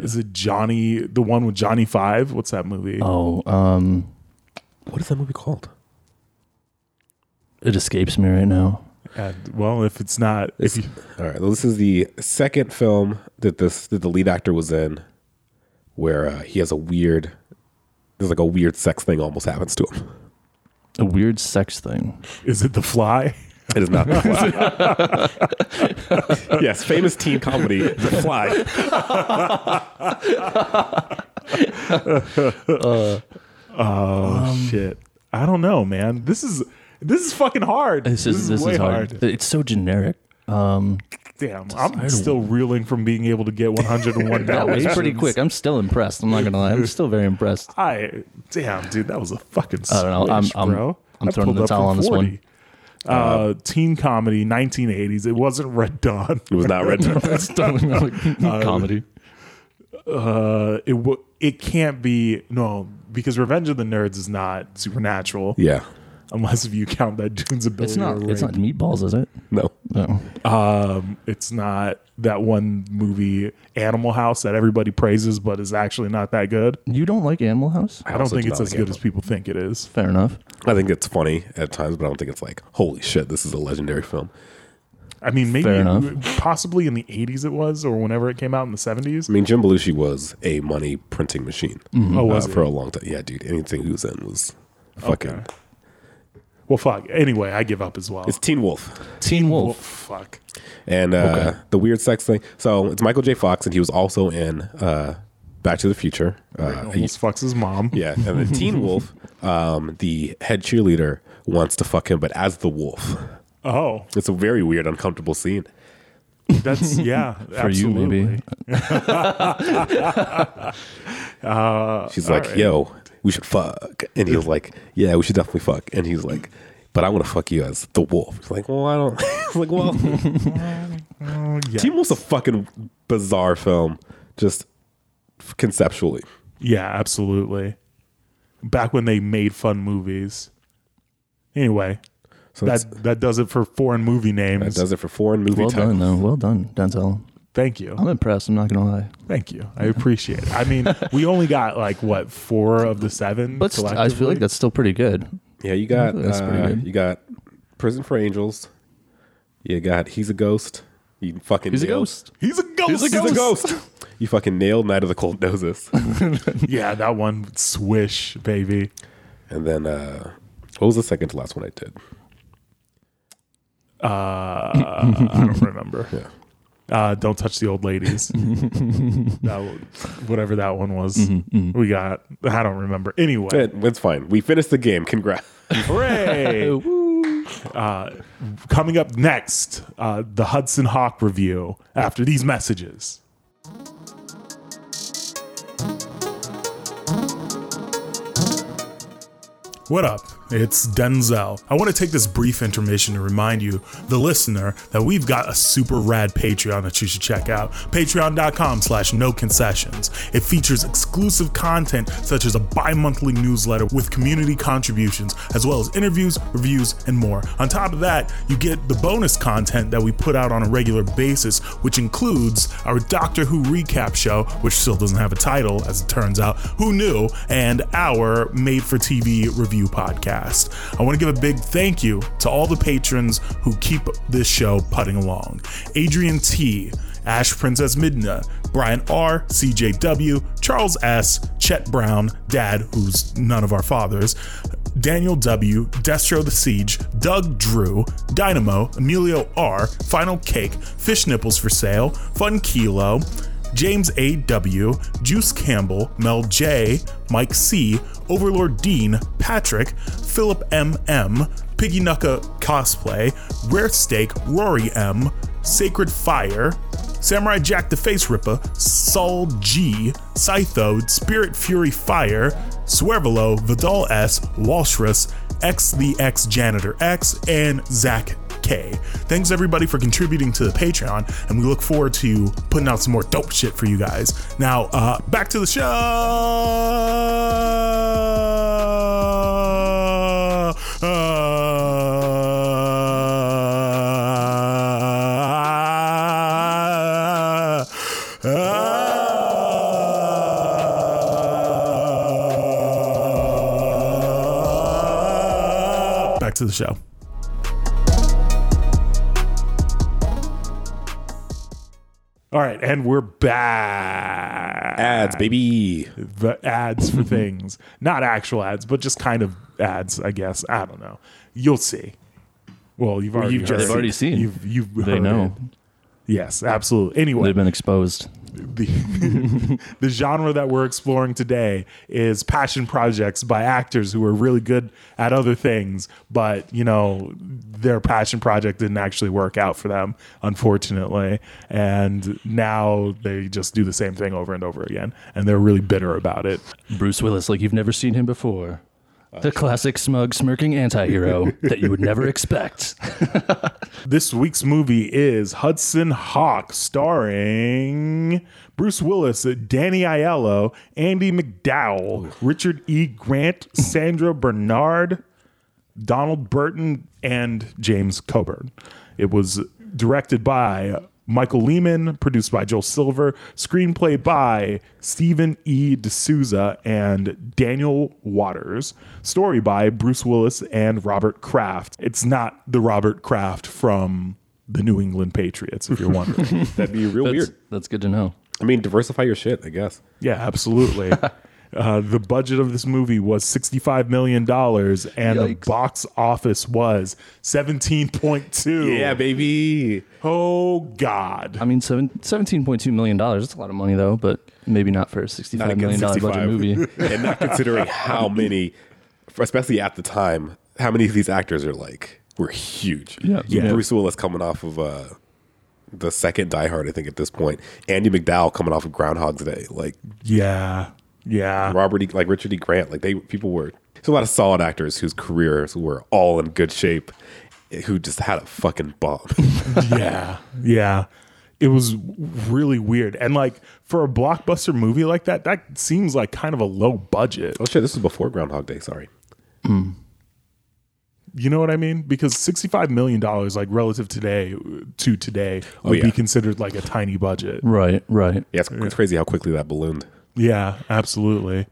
[SPEAKER 1] is it Johnny? The one with Johnny Five? What's that movie?
[SPEAKER 3] Oh, um,
[SPEAKER 2] What is that movie called?
[SPEAKER 3] it escapes me right now.
[SPEAKER 1] And, well, if it's not, if you,
[SPEAKER 2] All right. Well, this is the second film that this that the lead actor was in, where uh, he has a weird. There's like a weird sex thing almost happens to him.
[SPEAKER 3] A weird sex thing.
[SPEAKER 1] is it The Fly?
[SPEAKER 2] It is not the fly. yes, famous teen comedy, The Fly.
[SPEAKER 1] Oh shit! I don't know, man. This is this is fucking hard.
[SPEAKER 3] This is, this
[SPEAKER 1] way
[SPEAKER 3] is hard. It's so generic. Um,
[SPEAKER 1] Damn, I'm still reeling from being able to get 101
[SPEAKER 3] that was
[SPEAKER 1] dollars
[SPEAKER 3] pretty quick. I'm still impressed. I'm not going to lie. I'm still very impressed.
[SPEAKER 1] I damn, dude, that was a fucking.
[SPEAKER 3] I don't know. I'm-
[SPEAKER 1] swish,
[SPEAKER 3] I'm-
[SPEAKER 1] bro.
[SPEAKER 3] I'm
[SPEAKER 1] I
[SPEAKER 3] throwing
[SPEAKER 1] pulled
[SPEAKER 3] the
[SPEAKER 1] up
[SPEAKER 3] towel
[SPEAKER 1] from
[SPEAKER 3] on this one.
[SPEAKER 1] 40. Uh, teen comedy, 1980s. It wasn't Red Dawn.
[SPEAKER 2] It was not Red Dawn.
[SPEAKER 3] That's totally not like comedy.
[SPEAKER 1] Uh, it w- it can't be no because Revenge of the Nerds is not supernatural
[SPEAKER 2] Yeah.
[SPEAKER 1] unless if you count that June's ability.
[SPEAKER 3] It's not.
[SPEAKER 1] to
[SPEAKER 3] It's not
[SPEAKER 1] rape.
[SPEAKER 3] meatballs, is it?
[SPEAKER 2] No.
[SPEAKER 3] No.
[SPEAKER 1] Um, it's not that one movie Animal House that everybody praises but is actually not that good.
[SPEAKER 3] You don't like Animal House?
[SPEAKER 1] I don't
[SPEAKER 2] also
[SPEAKER 1] think
[SPEAKER 2] do
[SPEAKER 1] it's
[SPEAKER 2] not
[SPEAKER 1] as
[SPEAKER 2] like
[SPEAKER 1] good as
[SPEAKER 2] Animal-
[SPEAKER 1] people think it is.
[SPEAKER 3] Fair enough.
[SPEAKER 2] I think it's funny at times, but I don't think it's like, holy shit, this is a legendary film.
[SPEAKER 1] I mean, maybe
[SPEAKER 3] Fair enough.
[SPEAKER 1] possibly in the 80s it was, or whenever it came out in the 70s.
[SPEAKER 2] I mean, Jim Belushi was a money printing machine uh,
[SPEAKER 1] Oh, was
[SPEAKER 2] for a long time. Yeah, dude, anything he was in was fucking.
[SPEAKER 1] Well, fuck. Anyway, I give up as well.
[SPEAKER 2] It's Teen Wolf.
[SPEAKER 3] Teen
[SPEAKER 1] well,
[SPEAKER 3] Wolf.
[SPEAKER 1] fuck.
[SPEAKER 2] And uh, the weird sex thing. So it's Michael J. Fox, and he was also in uh, Back to the Future. Uh, he-
[SPEAKER 1] Almost fucks his mom.
[SPEAKER 2] yeah, and then Teen Wolf, um, the head cheerleader, wants to fuck him, but as the wolf.
[SPEAKER 1] Oh,
[SPEAKER 2] It's a very weird, uncomfortable scene.
[SPEAKER 1] that's yeah.
[SPEAKER 3] For you,
[SPEAKER 1] absolutely.
[SPEAKER 3] maybe.
[SPEAKER 2] She's like,
[SPEAKER 1] right.
[SPEAKER 2] yo, we should fuck. And he's like, yeah, we should definitely fuck. And he's like, but I want to fuck you as the wolf. He's like, well, I don't. He's like, well,
[SPEAKER 1] Oh,
[SPEAKER 3] Uh,
[SPEAKER 1] yeah.
[SPEAKER 2] Team Wolf's a fucking bizarre film, just conceptually.
[SPEAKER 1] yeah, absolutely. back when they made fun movies. Anyway,
[SPEAKER 2] So that's,
[SPEAKER 1] that that does it for foreign movie
[SPEAKER 2] that
[SPEAKER 1] names.
[SPEAKER 2] does it for foreign movie
[SPEAKER 3] Well
[SPEAKER 2] titles.
[SPEAKER 3] done, though. Well done, Denzel.
[SPEAKER 1] Thank you.
[SPEAKER 3] I'm impressed. I'm not gonna lie.
[SPEAKER 1] Thank you. I appreciate it. I mean, we only got like what four of the seven.
[SPEAKER 3] But st- I feel
[SPEAKER 1] collectively?
[SPEAKER 3] like that's still pretty good.
[SPEAKER 2] Yeah, you got
[SPEAKER 3] That's pretty
[SPEAKER 2] uh,
[SPEAKER 3] good.
[SPEAKER 2] you got Prison for Angels. You got He's a Ghost. You fucking
[SPEAKER 3] He's a
[SPEAKER 2] nailed-
[SPEAKER 3] ghost.
[SPEAKER 1] he's a ghost.
[SPEAKER 2] He's a ghost. you fucking nailed Night of the Cold Noses.
[SPEAKER 1] yeah, that one swish, baby.
[SPEAKER 2] and then uh what was the second to last one I did?
[SPEAKER 1] Uh, I don't remember.
[SPEAKER 2] Yeah.
[SPEAKER 1] Uh, don't touch the old ladies. that, w- whatever that one was,
[SPEAKER 2] Mm-hmm,
[SPEAKER 1] we got. I don't remember. Anyway,
[SPEAKER 2] It, it's fine. We finished the game. Congrats.
[SPEAKER 1] Hooray! Uh, coming up next, uh, the Hudson Hawk review after these messages. What up? It's Denzel. I want to take this brief intermission to remind you, the listener, that we've got a super rad Patreon that you should check out. Patreon.com slash no concessions. It features exclusive content such as a bi-monthly newsletter with community contributions, as well as interviews, reviews, and more. On top of that, you get the bonus content that we put out on a regular basis, which includes our Doctor Who recap show, which still doesn't have a title, as it turns out. Who knew? And our made for TV review podcast. I want to give a big thank you to all the patrons who keep this show putting along Adrian T., Ash Princess Midna, Brian R., CJW, Charles S., Chet Brown, Dad, who's none of our fathers, Daniel W., Destro the Siege, Doug Drew, Dynamo, Emilio R., Final Cake, Fish Nipples for Sale, Fun Kilo, James A.W., Juice Campbell, Mel J., Mike C., Overlord Dean, Patrick, Philip M.M., Piggy Nucka Cosplay, Rare Steak, Rory M., Sacred Fire, Samurai Jack the Face Ripper, Sol G, Scythode, Spirit Fury Fire, Swervelo, Vidal S, Walshrus, X the X Janitor X, and Zach K. Thanks everybody for contributing to the Patreon, and we look forward to putting out some more dope shit for you guys. Now, uh, back to the show. Ah, ah. Back to the show. All right, and we're back.
[SPEAKER 2] Ads, baby.
[SPEAKER 1] the ads for things, not actual ads, but just kind of ads, I guess. I don't know. You'll see. Well, you've already
[SPEAKER 2] you've
[SPEAKER 1] heard
[SPEAKER 2] just-
[SPEAKER 1] it.
[SPEAKER 2] They've
[SPEAKER 3] already seen.
[SPEAKER 1] You've, you've
[SPEAKER 3] They
[SPEAKER 1] heard
[SPEAKER 3] know.
[SPEAKER 1] it. Yes, absolutely. Anyway,
[SPEAKER 3] They've been exposed.
[SPEAKER 1] the, the genre that we're exploring today is passion projects by actors who are really good at other things, but you know their passion project didn't actually work out for them, unfortunately, and now they just do the same thing over and over again, and they're really bitter about it.
[SPEAKER 3] Bruce Willis, like you've never seen him before. The classic smug, smirking anti-hero that you would never expect.
[SPEAKER 1] This week's movie is Hudson Hawk, starring Bruce Willis, Danny Aiello, Andy McDowell, Richard E. Grant, Sandra Bernard, Donald Burton, and James Coburn. It was directed by Michael Lehman, produced by Joel Silver, screenplay by Stephen E. D'Souza and Daniel Waters, story by Bruce Willis and Robert Kraft. It's not the Robert Kraft from the New England Patriots, if you're wondering.
[SPEAKER 2] That'd be real
[SPEAKER 3] That's,
[SPEAKER 2] weird.
[SPEAKER 3] that's good to know.
[SPEAKER 2] I mean, diversify your shit, I guess.
[SPEAKER 1] yeah, absolutely. Uh, the budget of this movie was $65 million and the
[SPEAKER 3] Yikes.
[SPEAKER 1] box office was 17.2
[SPEAKER 2] Yeah, baby.
[SPEAKER 1] Oh God!
[SPEAKER 3] I mean, seven, $17.2 million. That's a lot of money, though, but maybe not for a $65 million dollar budget movie.
[SPEAKER 2] and not considering how many, especially at the time, how many of these actors are like were huge.
[SPEAKER 3] Yeah.
[SPEAKER 2] You know,
[SPEAKER 1] Yeah.
[SPEAKER 2] Bruce Willis coming off of uh, the second Die Hard, I think at this point. Andy McDowell coming off of Groundhog's Day, like
[SPEAKER 1] Yeah, yeah,
[SPEAKER 2] Robert, e, like Richard E. Grant, like they people were. There's a lot of solid actors whose careers were all eh, in good shape, who just had a fucking bomb.
[SPEAKER 1] yeah, yeah. it was really weird. And like for a blockbuster movie like that, that seems like kind of a low budget.
[SPEAKER 2] Oh shit, this is before Groundhog Day. Sorry.
[SPEAKER 1] You know what I mean? Because sixty-five million dollars, like relative today to today, would
[SPEAKER 2] yeah.
[SPEAKER 1] be considered like a tiny budget.
[SPEAKER 3] Right, right.
[SPEAKER 2] Yeah, it's, it's crazy how quickly that ballooned.
[SPEAKER 1] Yeah, absolutely.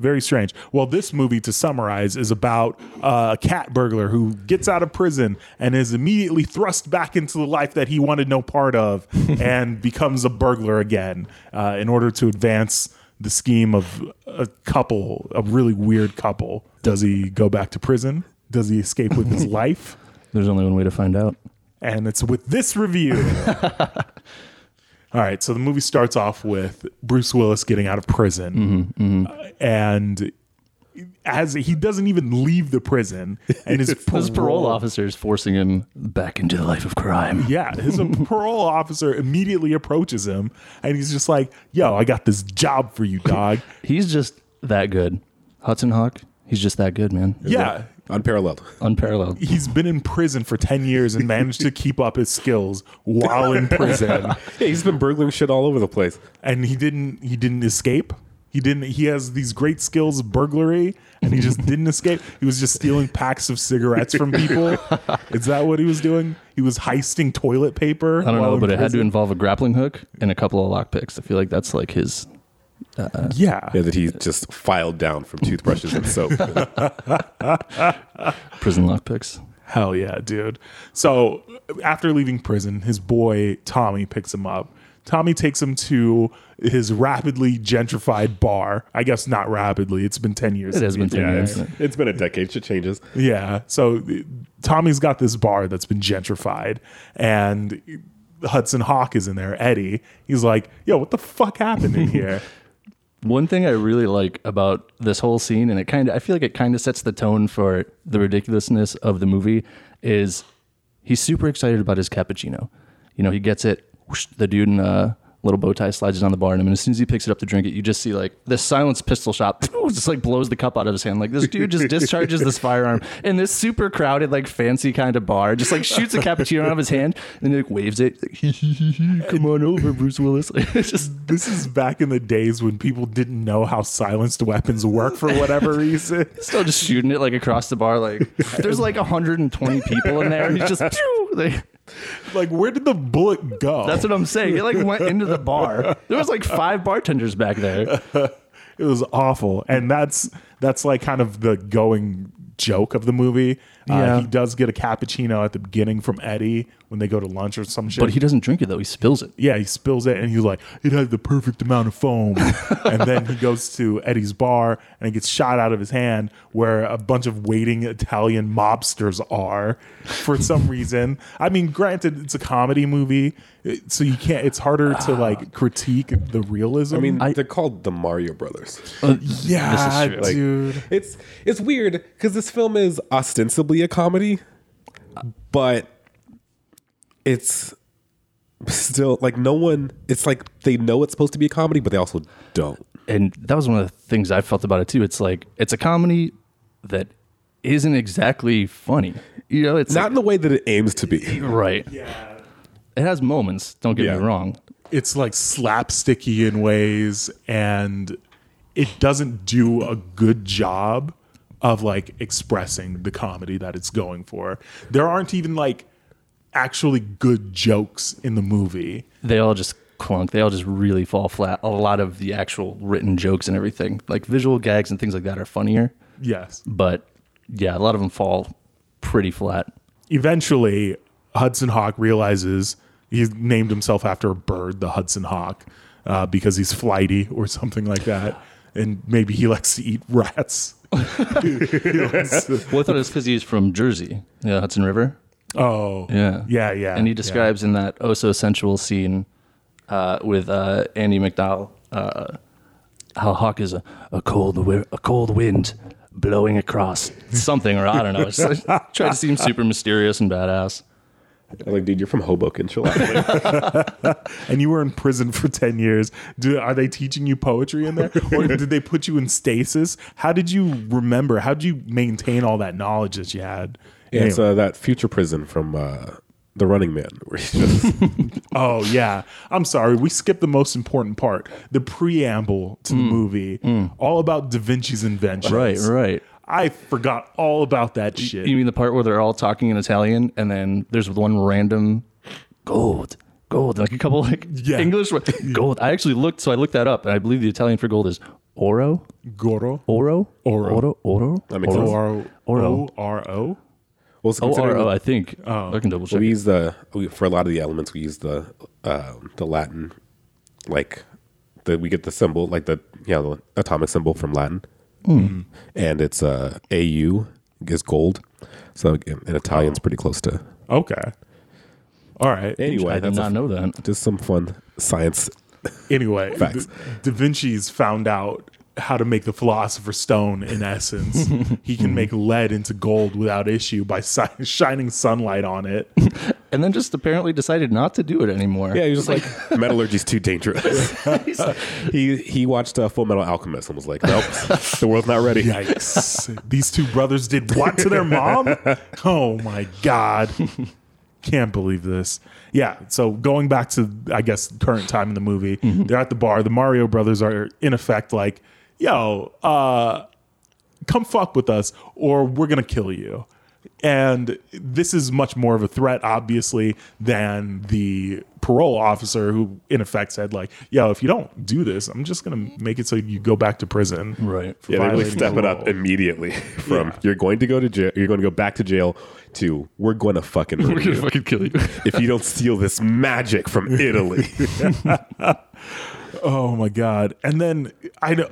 [SPEAKER 1] Very strange. Well, this movie, to summarize, is about uh, a cat burglar who gets out of prison and is immediately thrust back into the life that he wanted no part of and becomes a burglar again uh, in order to advance the scheme of a couple, a really weird couple. Does he go back to prison? Does he escape with his life?
[SPEAKER 3] There's only one way to find out.
[SPEAKER 1] and it's with this review. All right, so the movie starts off with Bruce Willis getting out of prison,
[SPEAKER 3] Mm-hmm,
[SPEAKER 1] Uh, and as he doesn't even leave the prison, and his,
[SPEAKER 3] His parole officer is forcing him back into the life of crime.
[SPEAKER 1] yeah, his parole officer immediately approaches him, and he's just like, "Yo, I got this job for you, dog."
[SPEAKER 3] He's just that good. Hudson Hawk, he's just that good, man.
[SPEAKER 1] yeah,
[SPEAKER 2] Unparalleled.
[SPEAKER 3] Unparalleled.
[SPEAKER 1] he's been in prison for ten years and managed to keep up his skills while in prison.
[SPEAKER 2] Yeah, he's been burgling shit all over the place.
[SPEAKER 1] and he didn't he didn't escape he didn't he has these great skills of burglary and he just didn't escape he was just stealing packs of cigarettes from people is that what he was doing he was heisting toilet paper
[SPEAKER 3] I don't know, but it had to involve a grappling hook and a couple of lockpicks. I feel like that's like his.
[SPEAKER 1] yeah
[SPEAKER 2] Yeah, that he just filed down from toothbrushes and soap.
[SPEAKER 3] Prison lockpicks.
[SPEAKER 1] hell yeah dude so after leaving prison his boy tommy picks him up tommy takes him to his rapidly gentrified bar i guess not rapidly it's been 10 years
[SPEAKER 3] It has
[SPEAKER 1] since
[SPEAKER 3] been
[SPEAKER 1] he-
[SPEAKER 3] ten years.
[SPEAKER 2] it's been a decade. Shit changes.
[SPEAKER 1] Yeah. So uh, Tommy's got this bar that's been gentrified, and Hudson Hawk is in there. Eddie, he's like, "Yo, what the fuck happened in here?"
[SPEAKER 3] One thing I really like about this whole scene, and it kind of, I feel like it kind of sets the tone for the ridiculousness of the movie, is he's super excited about his cappuccino. You know, he gets it. whoosh, the dude in a little bow tie slides it on the bar, and I mean, as soon as he picks it up to drink it, you just see like this silenced pistol shot just like blows the cup out of his hand. Like this dude just discharges this firearm in this super crowded, like fancy kind of bar, just like shoots a cappuccino out of his hand, and he like waves it. Like, Come on over, Bruce Willis. it's just
[SPEAKER 1] this is back in the days when people didn't know how silenced weapons work for whatever reason.
[SPEAKER 3] still just shooting it like across the bar. Like there's like 120 people in there. He's just pew, like,
[SPEAKER 1] Like, where did the bullet go?
[SPEAKER 3] that's what I'm saying. It like went into the bar. There was like five bartenders back there.
[SPEAKER 1] it was awful, and that's that's like kind of the going joke of the movie. Uh,
[SPEAKER 3] Yeah.
[SPEAKER 1] he does get a cappuccino at the beginning from Eddie when they go to lunch or some shit.
[SPEAKER 3] But he doesn't drink it though. He spills it.
[SPEAKER 1] yeah, he spills it and he's like, it had the perfect amount of foam. and then he goes to Eddie's bar and it gets shot out of his hand where a bunch of waiting Italian mobsters are for some reason. I mean, granted, it's a comedy movie, it- so you can't, it's harder to like critique the realism.
[SPEAKER 2] Ah. I mean, they're called the Mario Brothers.
[SPEAKER 1] yeah,
[SPEAKER 3] true.
[SPEAKER 2] Like,
[SPEAKER 1] dude.
[SPEAKER 2] It's it's weird because this film is ostensibly a comedy, but it's still like no one. It's like they know it's supposed to be a comedy, but they also don't.
[SPEAKER 3] And that was one of the things I felt about it too. It's like it's a comedy that isn't exactly funny. You know, it's
[SPEAKER 2] Not in the way that it aims to be.
[SPEAKER 3] like, right.
[SPEAKER 1] yeah.
[SPEAKER 3] It has moments. Don't get
[SPEAKER 2] Yeah.
[SPEAKER 3] me wrong.
[SPEAKER 1] it's like slapsticky in ways and it doesn't do a good job of like expressing the comedy that it's going for. There aren't even like actually good jokes in the movie.
[SPEAKER 3] They all just clunk. They all just really fall flat. A lot of the actual written jokes and everything, like visual gags and things like that, are funnier.
[SPEAKER 1] Yes.
[SPEAKER 3] but yeah, a lot of them fall pretty flat.
[SPEAKER 1] eventually Hudson Hawk realizes he's named himself after a bird, the Hudson Hawk, uh, because he's flighty or something like that. And maybe he likes to eat rats. He likes to-
[SPEAKER 3] Well, I thought it was because he's from Jersey, yeah, Hudson River.
[SPEAKER 1] oh,
[SPEAKER 3] Yeah,
[SPEAKER 1] yeah, yeah.
[SPEAKER 3] And he
[SPEAKER 1] yeah.
[SPEAKER 3] describes in that oh so sensual scene uh, with uh, Andy McDowell uh, how Hawk is a, a cold wi- a cold wind blowing across something or I don't know. It's Just like, try to seem super mysterious and badass.
[SPEAKER 2] I'm like, dude, you're from Hoboken. Chill out.
[SPEAKER 1] and you were in prison for 10 years. Do, are they teaching you poetry in there? Or did they put you in stasis? How did you remember? How did you maintain all that knowledge that you had?
[SPEAKER 2] Yeah, it's
[SPEAKER 1] Anyway,
[SPEAKER 2] uh, that future prison from uh, The Running Man, where he's just
[SPEAKER 1] Oh yeah. I'm sorry. We skipped the most important part, the preamble to the movie, all about Da Vinci's inventions.
[SPEAKER 3] Mm. Right, right.
[SPEAKER 1] I forgot all about that shit.
[SPEAKER 3] You mean the part where they're all talking in Italian and then there's one random gold, gold, like a couple like
[SPEAKER 1] Yeah.
[SPEAKER 3] English words. gold. I actually looked, so I looked that up, and I believe the Italian for gold is oro,
[SPEAKER 1] Goro.
[SPEAKER 3] oro,
[SPEAKER 1] Oro.
[SPEAKER 3] oro, oro,
[SPEAKER 2] That makes
[SPEAKER 3] oro.
[SPEAKER 2] sense.
[SPEAKER 1] O R O.
[SPEAKER 3] Oro.
[SPEAKER 1] R O.
[SPEAKER 2] well, it's
[SPEAKER 3] O R
[SPEAKER 2] considered-
[SPEAKER 3] O. I think
[SPEAKER 1] Oh.
[SPEAKER 3] I can double check.
[SPEAKER 2] we use the we, for a lot of the elements we use the um the Latin, like the we get the symbol like the yeah the atomic symbol from Latin,
[SPEAKER 3] Hmm.
[SPEAKER 2] and it's uh AU is gold, so in, in Italian's pretty close to
[SPEAKER 1] Okay. All right.
[SPEAKER 2] anyway.
[SPEAKER 3] I did
[SPEAKER 2] That's a-
[SPEAKER 3] not know that.
[SPEAKER 2] just some fun science.
[SPEAKER 1] Anyway,
[SPEAKER 2] Facts.
[SPEAKER 1] Da Vinci's found out how to make the philosopher's stone in essence. he can make lead into gold without issue by si- shining sunlight on it.
[SPEAKER 3] And then just apparently decided not to do it anymore.
[SPEAKER 2] Yeah, he was just like metallurgy's too dangerous. he he watched uh, Full Metal Alchemist and was like, nope, the world's not ready.
[SPEAKER 1] Yikes. These two brothers did what to their mom? Oh my God. Can't believe this. Yeah. So going back to, I guess, current time in the movie,
[SPEAKER 2] Mm-hmm.
[SPEAKER 1] they're at the bar. The Mario brothers are in effect like, yo, uh, come fuck with us or we're going to kill you. And this is much more of a threat, obviously, than the parole officer who, in effect, said, like, yo, if you don't do this, I'm just going to make it so you go back to prison.
[SPEAKER 3] Right.
[SPEAKER 2] Yeah, they really
[SPEAKER 1] violating
[SPEAKER 2] step
[SPEAKER 1] the
[SPEAKER 2] it up
[SPEAKER 1] law.
[SPEAKER 2] immediately. From
[SPEAKER 1] Yeah.
[SPEAKER 2] you're going to go to jail, you're going to go back to jail. To we're going to fucking
[SPEAKER 3] We're
[SPEAKER 2] ruin
[SPEAKER 3] gonna
[SPEAKER 2] you
[SPEAKER 3] fucking kill you.
[SPEAKER 2] if you don't steal this magic from Italy.
[SPEAKER 1] Oh my god! And then I know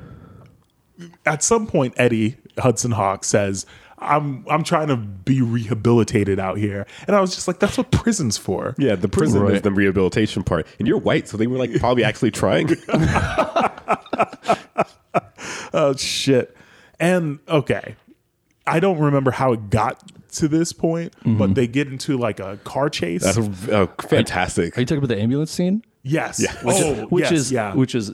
[SPEAKER 1] at some point Eddie Hudson Hawk says, "I'm I'm trying to be rehabilitated out here," and I was just like, "That's what prison's for."
[SPEAKER 2] yeah, the prison is
[SPEAKER 3] Right.
[SPEAKER 2] the rehabilitation part, and you're white, so they were like probably actually trying.
[SPEAKER 1] Oh shit! And okay, I don't remember how it got to this point, but they get into like a car chase.
[SPEAKER 2] Mm-hmm. That's uh, fantastic.
[SPEAKER 3] Are you talking about the ambulance scene?
[SPEAKER 1] yes.
[SPEAKER 2] Which is-
[SPEAKER 1] Oh,
[SPEAKER 3] Which
[SPEAKER 1] yes,
[SPEAKER 3] is
[SPEAKER 1] yeah.
[SPEAKER 3] which is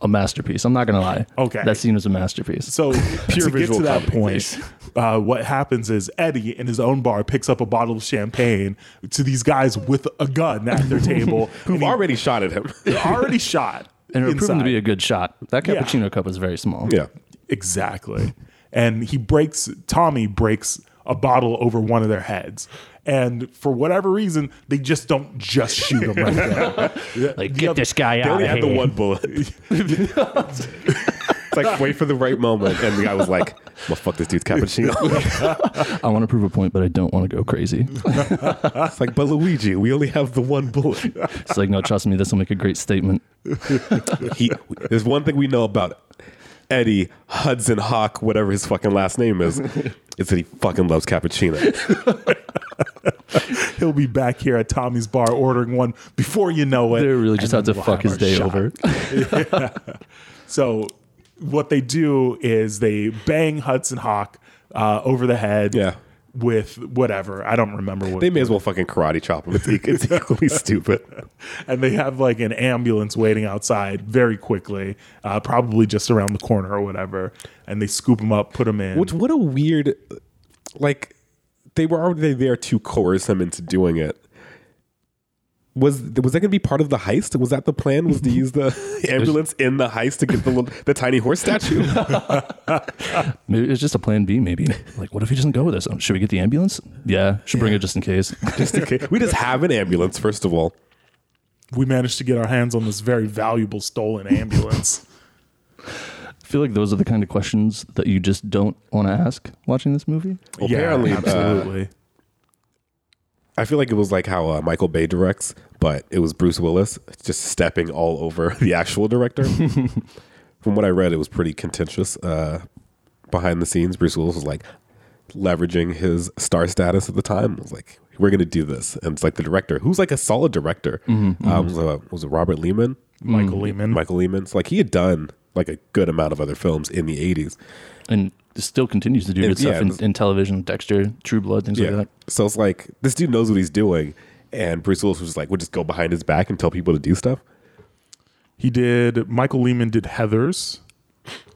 [SPEAKER 3] a masterpiece. I'm not gonna lie.
[SPEAKER 1] Okay.
[SPEAKER 3] That scene was a masterpiece.
[SPEAKER 1] So to get
[SPEAKER 2] visual
[SPEAKER 1] to that
[SPEAKER 2] comedy,
[SPEAKER 1] point, uh, what happens is Eddie in his own bar picks up a bottle of champagne to these guys with a gun at their table
[SPEAKER 2] Who've
[SPEAKER 1] and he-
[SPEAKER 2] already shot at him?
[SPEAKER 1] already shot
[SPEAKER 3] and it proved
[SPEAKER 1] inside.
[SPEAKER 3] to be a good shot. That
[SPEAKER 1] Yeah.
[SPEAKER 3] cappuccino cup was very small.
[SPEAKER 2] yeah,
[SPEAKER 1] exactly. And he breaks Tommy breaks a bottle over one of their heads. And for whatever reason, they just don't just shoot him right there.
[SPEAKER 3] Like get this guy
[SPEAKER 2] they
[SPEAKER 3] out
[SPEAKER 2] only had the one bullet. it's like wait for the right moment, and the guy was like, "Well, fuck this dude's cappuccino."
[SPEAKER 3] I want to prove a point, but I don't want to go crazy.
[SPEAKER 2] it's like, but Luigi, we only have the one bullet.
[SPEAKER 3] It's like, no, trust me, this will make a great statement.
[SPEAKER 2] he there's one thing we know about Eddie Hudson Hawk, whatever his fucking last name is, is that he fucking loves cappuccino.
[SPEAKER 1] He'll be back here at Tommy's bar ordering one before you know it.
[SPEAKER 3] They really just
[SPEAKER 1] and
[SPEAKER 3] have to
[SPEAKER 1] we'll
[SPEAKER 3] fuck his
[SPEAKER 1] our
[SPEAKER 3] day
[SPEAKER 1] shot.
[SPEAKER 3] over.
[SPEAKER 1] So what they do is they bang Hudson Hawk uh, over the head
[SPEAKER 2] Yeah.
[SPEAKER 1] with whatever. I don't remember what
[SPEAKER 2] They may as well fucking karate chop him. It's, e- it's equally stupid.
[SPEAKER 1] and they have like an ambulance waiting outside very quickly, uh, probably just around the corner or whatever. And they scoop him up, put him in.
[SPEAKER 2] Which what a weird like they were already there to coerce him into doing it. Was was that going to be part of the heist? Was that the plan? Was to use the ambulance in the heist to get the little, the tiny horse statue?
[SPEAKER 3] Maybe it's just a plan B, maybe. Like, what if he doesn't go with us? Um, Should we get the ambulance? Yeah, should bring it just in case.
[SPEAKER 2] just in case. We just have an ambulance, first of all.
[SPEAKER 1] we managed to get our hands on this very valuable stolen ambulance.
[SPEAKER 3] I feel like those are the kind of questions that you just don't want to ask watching this movie.
[SPEAKER 1] yeah,
[SPEAKER 2] apparently, uh,
[SPEAKER 1] absolutely.
[SPEAKER 2] I feel like it was like how uh, Michael Bay directs, but it was Bruce Willis just stepping all over the actual director. From what I read, it was pretty contentious uh, behind the scenes. Bruce Willis was like leveraging his star status at the time. It was like, we're going to do this. And it's like the director, who's like a solid director, um, was, uh, was it Robert Lehman?
[SPEAKER 1] Michael Lehman.
[SPEAKER 2] Michael Lehman. So like he had done like a good amount of other films in the 80s.
[SPEAKER 3] And it still continues to do good
[SPEAKER 2] It- yeah,
[SPEAKER 3] stuff in,
[SPEAKER 2] it was-
[SPEAKER 3] in television, Dexter, True Blood, things
[SPEAKER 2] Yeah.
[SPEAKER 3] like
[SPEAKER 2] So it's like this dude knows what he's doing, and Bruce Willis was just like, "We'll just go behind his back and tell people to do stuff."
[SPEAKER 1] He did. Michael Lehman did Heather's,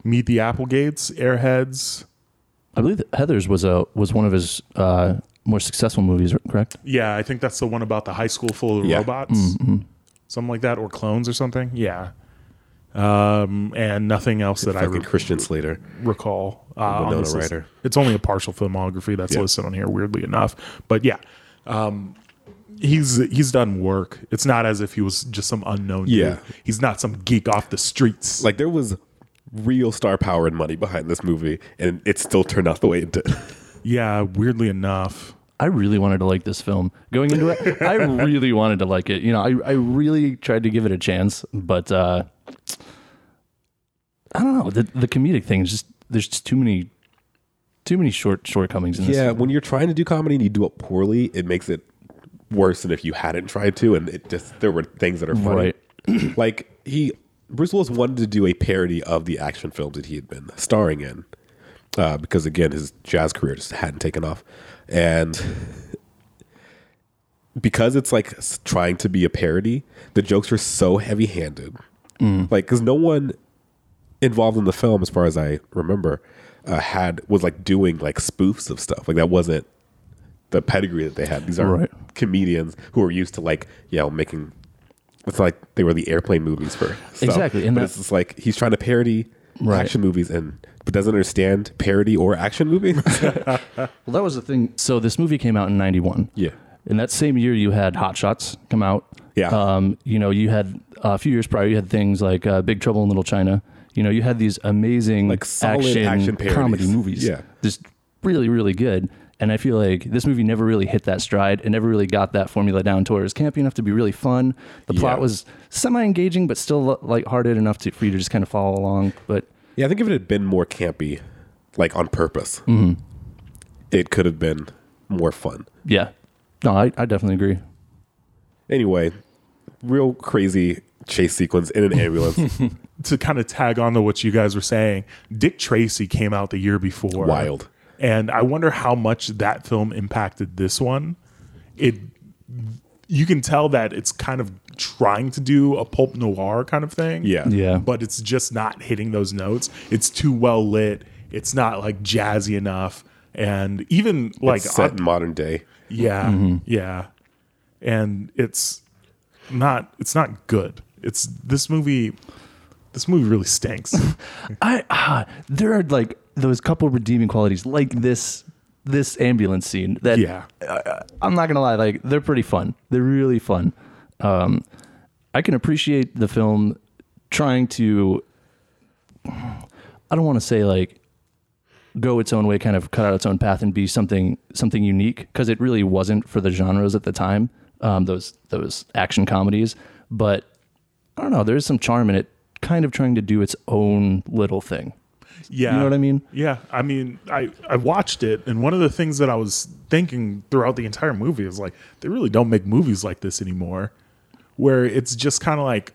[SPEAKER 1] Meet the Applegates, Airheads.
[SPEAKER 3] that. I believe that Heather's was a was one of his uh, more successful movies, correct?
[SPEAKER 1] Yeah, I think that's the one about the high school full of
[SPEAKER 2] Yeah. Mm-hmm.
[SPEAKER 1] robots, something like that, or clones or something. Yeah. Um, and nothing else that I
[SPEAKER 2] Fucking
[SPEAKER 1] re-
[SPEAKER 2] Christian Slater.
[SPEAKER 1] recall. Uh, on
[SPEAKER 2] Winona
[SPEAKER 1] this list.
[SPEAKER 2] Ryder.
[SPEAKER 1] It's only a partial filmography that's
[SPEAKER 2] Yeah.
[SPEAKER 1] listed on here, weirdly enough. But yeah, um, he's he's done work. It's not as if he was just some unknown.
[SPEAKER 2] Yeah.
[SPEAKER 1] dude. he's not some geek off the streets.
[SPEAKER 2] Like there was real star power and money behind this movie, and it still turned out the way it did.
[SPEAKER 1] yeah, weirdly enough.
[SPEAKER 3] I really wanted to like this film going into it. I really wanted to like it. You know, I, I really tried to give it a chance, but uh, I don't know. The, the comedic thing is just there's just too many too many short shortcomings in this.
[SPEAKER 2] yeah, when you're trying to do comedy and you do it poorly, it makes it worse than if you hadn't tried to. And it just there were things that are funny. like he Bruce Willis wanted to do a parody of the action films that he had been starring in, uh, because again his jazz career just hadn't taken off, and because it's like s- trying to be a parody, the jokes are so heavy-handed, like because no one involved in the film, as far as I remember, uh, had was like doing like spoofs of stuff like that wasn't the pedigree that they had. These are
[SPEAKER 3] Right.
[SPEAKER 2] comedians who are used to like you know making it's like they were the airplane movies for stuff.
[SPEAKER 3] Exactly, and
[SPEAKER 2] but
[SPEAKER 3] that-
[SPEAKER 2] it's just like he's trying to parody
[SPEAKER 3] Right.
[SPEAKER 2] action movies and but doesn't understand parody or action movie.
[SPEAKER 3] Well, that was the thing. So this movie came out in '91.
[SPEAKER 2] Yeah.
[SPEAKER 3] In that same year, you had Hot Shots come out.
[SPEAKER 2] Yeah.
[SPEAKER 3] Um, you know, you had uh, a few years prior, you had things like uh, Big Trouble in Little China. You know, you had these amazing
[SPEAKER 2] Like solid action parodies.
[SPEAKER 3] comedy movies.
[SPEAKER 2] Yeah.
[SPEAKER 3] Just really, really good. And I feel like this movie never really hit that stride and never really got that formula down to where it was campy enough to be really fun. The plot
[SPEAKER 2] Yeah.
[SPEAKER 3] was semi engaging, but still lighthearted enough to, for you to just kind of follow along. But
[SPEAKER 2] yeah, I think if it had been more campy, like on purpose,
[SPEAKER 3] Mm-hmm.
[SPEAKER 2] it could have been more fun.
[SPEAKER 3] yeah, no, I, I definitely agree.
[SPEAKER 2] Anyway, real crazy chase sequence in an ambulance.
[SPEAKER 1] to kind of tag on to what you guys were saying, Dick Tracy came out the year before.
[SPEAKER 2] Wild.
[SPEAKER 1] And I wonder how much that film impacted this one. It you can tell that it's kind of trying to do a pulp noir kind of thing.
[SPEAKER 2] Yeah.
[SPEAKER 3] Yeah.
[SPEAKER 1] But it's just not hitting those notes. It's too well lit. It's not like jazzy enough. And even like
[SPEAKER 2] set in modern day.
[SPEAKER 1] yeah. Yeah. And it's not it's not good. It's this movie this movie really stinks.
[SPEAKER 3] I ah, there are like those couple redeeming qualities, like this this ambulance scene. That
[SPEAKER 1] Yeah.
[SPEAKER 3] I, I'm not gonna lie, like they're pretty fun. They're really fun. Um, I can appreciate the film trying to. I don't want to say like go its own way, kind of cut out its own path and be something something unique because it really wasn't for the genres at the time. Um, those those action comedies, but I don't know. There's some charm in it, kind of trying to do its own little thing.
[SPEAKER 1] Yeah.
[SPEAKER 3] You know what I mean?
[SPEAKER 1] Yeah. I mean, I, I watched it, and one of the things that I was thinking throughout the entire movie is like, they really don't make movies like this anymore, where it's just kind of like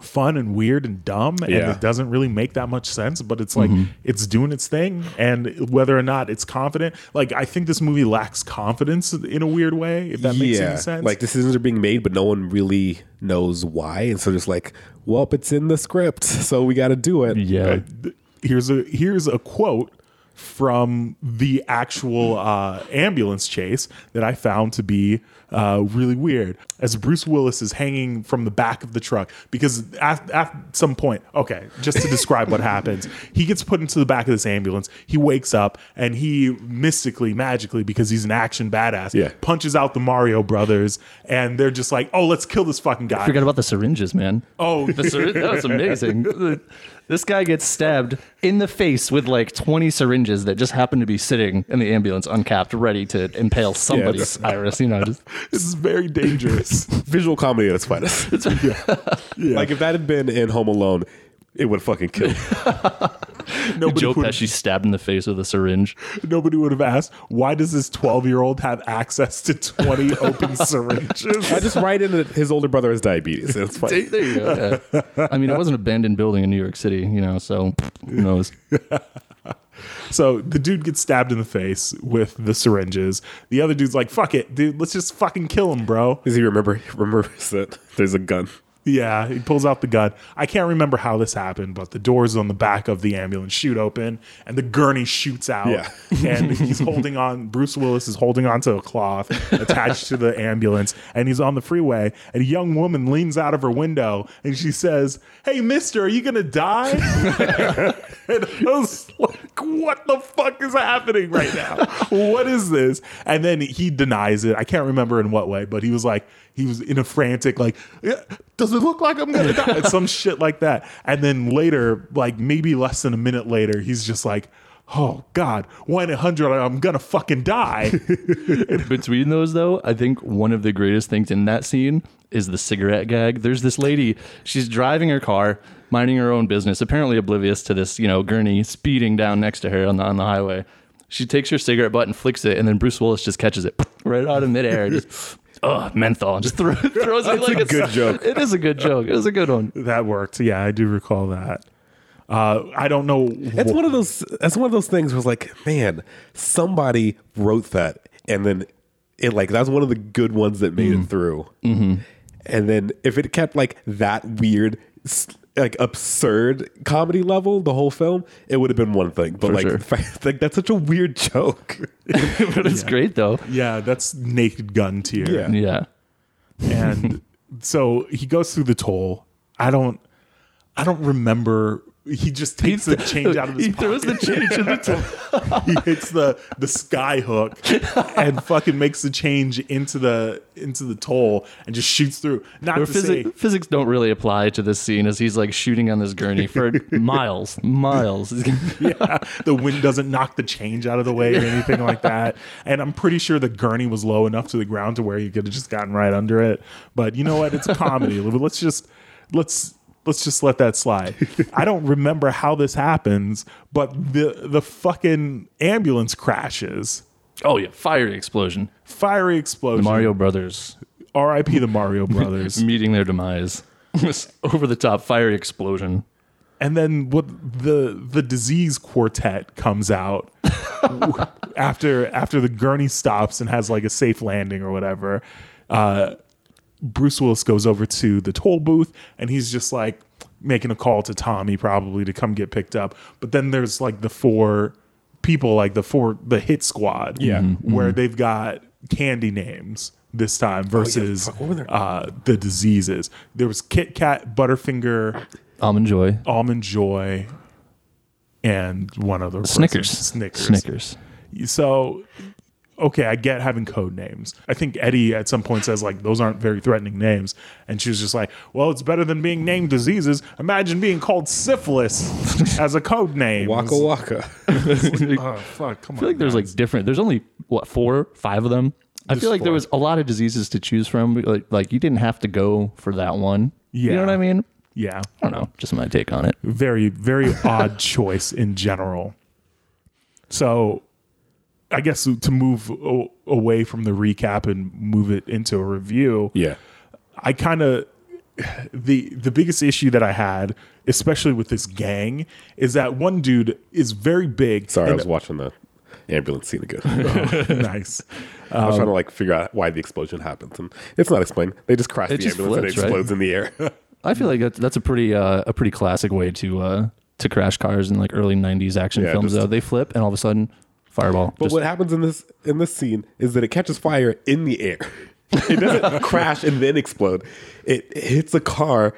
[SPEAKER 1] fun and weird and dumb, and
[SPEAKER 2] Yeah. Mm-hmm.
[SPEAKER 1] it doesn't really make that much sense, but it's like, it's doing its thing, and whether or not it's confident, like, I think this movie lacks confidence in a weird way, if that makes any sense.
[SPEAKER 2] Like decisions are being made, but no one really knows why. And so just like, well, it's in the script, so we got to do it.
[SPEAKER 3] Yeah.
[SPEAKER 1] Uh, th- here's a here's a quote from the actual uh, ambulance chase that I found to be uh, really weird. As Bruce Willis is hanging from the back of the truck, because at, at some point, okay, just to describe what happens, he gets put into the back of this ambulance. He wakes up and he mystically, magically, because he's an action badass,
[SPEAKER 2] Yeah.
[SPEAKER 1] punches out the Mario brothers, and they're just like, "Oh, let's kill this fucking guy."
[SPEAKER 3] Forgot about the syringes, man.
[SPEAKER 1] Oh,
[SPEAKER 3] The syri- that was amazing. This guy gets stabbed in the face with like 20 syringes that just happen to be sitting in the ambulance uncapped, ready to impale somebody's iris. You know, just,
[SPEAKER 1] this is very dangerous.
[SPEAKER 2] Visual comedy at its finest. Like if that had been in Home Alone, it would fucking kill.
[SPEAKER 1] Nobody
[SPEAKER 3] Joe
[SPEAKER 1] would-
[SPEAKER 3] Pesci stabbed in the face with a syringe.
[SPEAKER 1] Nobody would have asked, why does this 12 year old have access to 20 open
[SPEAKER 2] I
[SPEAKER 1] syringes?
[SPEAKER 2] just write in that his older brother has diabetes. and It's fine.
[SPEAKER 3] There you go. Yeah. I mean, it was an abandoned building in New York City, you know, so who knows?
[SPEAKER 1] So the dude gets stabbed in the face with the syringes. The other dude's like, fuck it, dude, let's just fucking kill him, bro.
[SPEAKER 2] Does he remember remembers that there's a gun?
[SPEAKER 1] Yeah, he pulls out the gun. I can't remember how this happened, but the doors on the back of the ambulance shoot open and the gurney shoots out.
[SPEAKER 2] Yeah.
[SPEAKER 1] and he's holding on, Bruce Willis is holding onto a cloth attached to the ambulance and he's on the freeway. And a young woman leans out of her window and she says, Hey, mister, are you going to die? And I was like, what the fuck is happening right now? what is this? And then he denies it. I can't remember in what way, but he was like, he was in a frantic, like, "Yeah, does it look like I'm gonna die? And some shit like that. And then later, like maybe less than a minute later, he's just like, oh God, one in a hundred, I'm gonna fucking die.
[SPEAKER 3] Between those, though, I think one of the greatest things in that scene is the cigarette gag. There's this lady, she's driving her car, minding her own business, apparently oblivious to this, you know, gurney speeding down next to her on the, on the highway. She takes her cigarette butt and flicks it, and then Bruce Willis just catches it right out of midair. Just, oh, menthol. Just throw, throws it like a
[SPEAKER 2] good joke.
[SPEAKER 3] It is a good joke. It was a good one.
[SPEAKER 1] that worked. Yeah, I do recall that. Uh, I don't know.
[SPEAKER 2] It's one of those. That's one of those things. Where it's like, man, somebody wrote that, and then it like that's one of the good ones that made it through. Mm-hmm. And then if it kept like that weird, s- like absurd comedy level the whole film, it would have been one thing. But
[SPEAKER 3] For
[SPEAKER 2] like,
[SPEAKER 3] sure.
[SPEAKER 2] the fact- like that's such a weird joke.
[SPEAKER 3] but it's great, though.
[SPEAKER 1] yeah, that's naked gun tier.
[SPEAKER 2] Yeah.
[SPEAKER 3] Yeah.
[SPEAKER 1] and so he goes through the toll. I don't, I don't remember. He just takes the change out of his
[SPEAKER 3] He
[SPEAKER 1] pocket.
[SPEAKER 3] throws the change in the toilet.
[SPEAKER 1] he hits the the sky hook and fucking makes the change into the into the toll and just shoots through. Not
[SPEAKER 3] Or
[SPEAKER 1] to
[SPEAKER 3] physi-
[SPEAKER 1] say,
[SPEAKER 3] physics don't really apply to this scene as he's like shooting on this gurney for miles, miles.
[SPEAKER 1] yeah, the wind doesn't knock the change out of the way or anything like that. And I'm pretty sure the gurney was low enough to the ground to where you could have just gotten right under it. But you know what? It's a comedy. let's just let's let's just let that slide. I don't remember how this happens, but the the fucking ambulance crashes.
[SPEAKER 3] oh yeah, fire explosion.
[SPEAKER 1] Fiery explosion.
[SPEAKER 3] Mario Brothers
[SPEAKER 1] R.I.P. the Mario Brothers.
[SPEAKER 3] meeting their demise. this over the top fiery explosion.
[SPEAKER 1] and then what the the disease quartet comes out after after the gurney stops and has like a safe landing or whatever uh bruce willis goes over to the toll booth and he's just like making a call to tommy probably to come get picked up but then there's like the four people like the four the hit squad
[SPEAKER 2] Yeah. Mhm,
[SPEAKER 1] where they've got candy names this time versus
[SPEAKER 2] Oh, fuck, what were their-
[SPEAKER 1] uh, the diseases there was kit kat butterfinger
[SPEAKER 3] Almond Joy.
[SPEAKER 1] almond joy and one other person.
[SPEAKER 3] Snickers.
[SPEAKER 1] Snickers.
[SPEAKER 3] Snickers.
[SPEAKER 1] So okay, I get having code names. I think Eddie at some point says like those aren't very threatening names and she was just like, "Well, it's better than being named diseases. Imagine being called syphilis as a code name."
[SPEAKER 2] Waka waka.
[SPEAKER 1] Oh, fuck, come
[SPEAKER 3] I feel like there's like different. There's only what four, five of them. I feel like there
[SPEAKER 1] four.
[SPEAKER 3] was a lot of diseases to choose from. Like, like you didn't have to go for that one. You
[SPEAKER 1] Yeah.
[SPEAKER 3] know what I mean?
[SPEAKER 1] yeah.
[SPEAKER 3] I don't know. Just my take on it.
[SPEAKER 1] very very odd choice in general so i guess to move o- away from the recap and move it into a review
[SPEAKER 2] Yeah.
[SPEAKER 1] i kind of the the biggest issue that i had especially with this gang is that one dude is very big
[SPEAKER 2] Sorry, I
[SPEAKER 1] and-
[SPEAKER 2] was watching the ambulance scene again. Um,
[SPEAKER 1] nice
[SPEAKER 2] I was trying to like figure out why the explosion happens, and it's not explained. They just crash the
[SPEAKER 3] just
[SPEAKER 2] ambulance and it
[SPEAKER 3] flips, right?
[SPEAKER 2] explodes in the air.
[SPEAKER 3] I feel like that's that's a pretty uh, a pretty classic way to uh, to crash cars in like early '90s action
[SPEAKER 2] Yeah,
[SPEAKER 3] films.
[SPEAKER 2] just-
[SPEAKER 3] though they flip and all of a sudden, fireball.
[SPEAKER 2] But
[SPEAKER 3] Just-
[SPEAKER 2] what happens in this in this scene is that it catches fire in the air. It doesn't crash and then explode. It, it hits a car,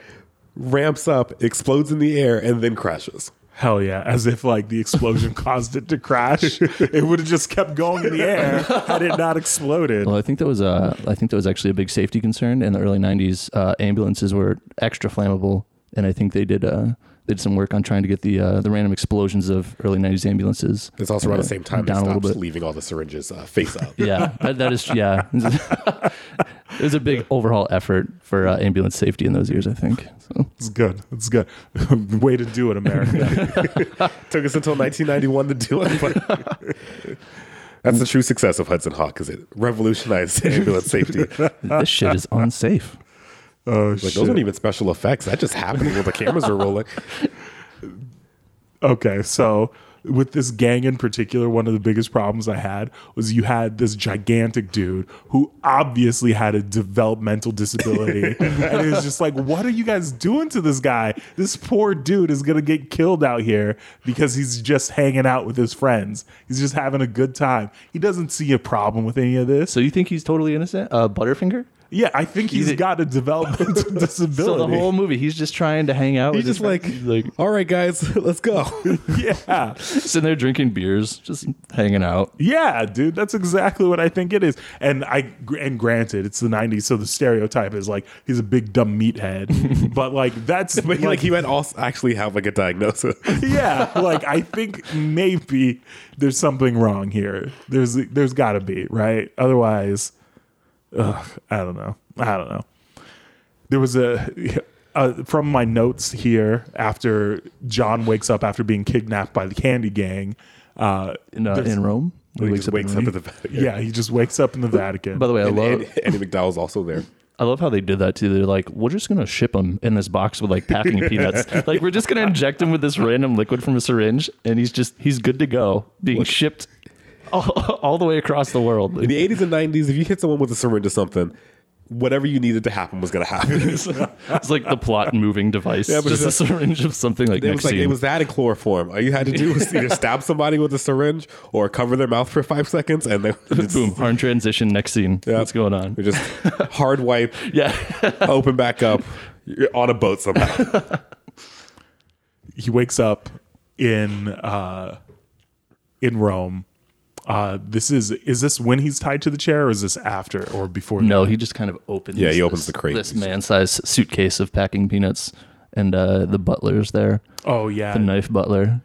[SPEAKER 2] ramps up, explodes in the air, and then crashes.
[SPEAKER 1] Hell yeah. As if like the explosion caused it to crash. It would have just kept going in the air had it not exploded.
[SPEAKER 3] well, I think that was uh, I think that was actually a big safety concern in the early '90s. Uh, ambulances were extra flammable, and I think they did uh, they did some work on trying to get the uh, the random explosions of early '90s ambulances. uh,
[SPEAKER 2] It's also around the same time
[SPEAKER 3] down
[SPEAKER 2] it
[SPEAKER 3] a
[SPEAKER 2] stops
[SPEAKER 3] little bit.
[SPEAKER 2] leaving all the syringes uh, face up.
[SPEAKER 3] yeah, that, that is yeah. it was a big overhaul effort for uh, ambulance safety in those years. I think. So.
[SPEAKER 1] It's good. It's good. Way to do it, America.
[SPEAKER 2] Took us until 1991 to do it. But that's the true success of Hudson Hawk, is it revolutionized ambulance safety. Like
[SPEAKER 3] This shit is unsafe.
[SPEAKER 1] Oh
[SPEAKER 2] those
[SPEAKER 1] shit.
[SPEAKER 2] weren't even special effects. That just happened while the cameras were rolling.
[SPEAKER 1] okay, so with this gang in particular, one of the biggest problems I had was you had this gigantic dude who obviously had a developmental disability. and it was just like, what are you guys doing to this guy? This poor dude is going to get killed out here because he's just hanging out with his friends. He's just having a good time. He doesn't see a problem with any of this.
[SPEAKER 3] So you think he's totally innocent? Uh, Butterfinger.
[SPEAKER 1] Yeah, I think he's got a developmental disability.
[SPEAKER 3] So the whole movie, he's just trying to hang out.
[SPEAKER 2] He's
[SPEAKER 3] with
[SPEAKER 2] just like, like, all right, guys, let's go.
[SPEAKER 1] yeah.
[SPEAKER 3] sitting there drinking beers, just hanging out.
[SPEAKER 1] Yeah, dude, that's exactly what I think it is. And I and granted, it's the '90s, so the stereotype is like he's a big dumb meathead. but like that's
[SPEAKER 2] but he, like he might also actually have like a diagnosis.
[SPEAKER 1] yeah, like I think maybe there's something wrong here. There's there's got to be right. Otherwise, ugh, I don't know. I don't know. There was a. Uh, from my notes here, after John wakes up after being kidnapped by the Candy Gang, uh,
[SPEAKER 3] In, uh,
[SPEAKER 1] there's-
[SPEAKER 3] in Rome,
[SPEAKER 2] he just wakes up
[SPEAKER 3] Rome.
[SPEAKER 2] at the
[SPEAKER 1] yeah, he just wakes up in the Vatican.
[SPEAKER 3] By the way, I
[SPEAKER 2] And
[SPEAKER 3] love
[SPEAKER 2] Andy, Andy McDowell's also there.
[SPEAKER 3] I love how they did that too. They're like, we're just gonna ship him in this box with like packing peanuts. Like we're just gonna inject him with this random liquid from a syringe, and he's just he's good to go, being shipped all, all the way across the world.
[SPEAKER 2] In the eighties and nineties, if you hit someone with a syringe or something, whatever you needed to happen was gonna happen.
[SPEAKER 3] It's like the plot moving device,
[SPEAKER 2] but
[SPEAKER 3] just a syringe of something like
[SPEAKER 2] It
[SPEAKER 3] next
[SPEAKER 2] was like
[SPEAKER 3] scene.
[SPEAKER 2] it was that in chloroform. All you had to do was either stab somebody with a syringe or cover their mouth for five seconds, and then just,
[SPEAKER 3] Boom, hard transition. Next scene. What's going on?
[SPEAKER 2] we just hard wipe,
[SPEAKER 3] Yeah,
[SPEAKER 2] open back up. You're on a boat somehow.
[SPEAKER 1] he wakes up in uh in Rome. Uh this is is this when he's tied to the chair or is this after or before?
[SPEAKER 3] no, he just kind of opens.
[SPEAKER 2] Yeah, he opens
[SPEAKER 3] this-
[SPEAKER 2] the crate.
[SPEAKER 3] This man-sized suitcase of packing peanuts, and uh, the butler's there,
[SPEAKER 1] Oh yeah.
[SPEAKER 3] the knife butler.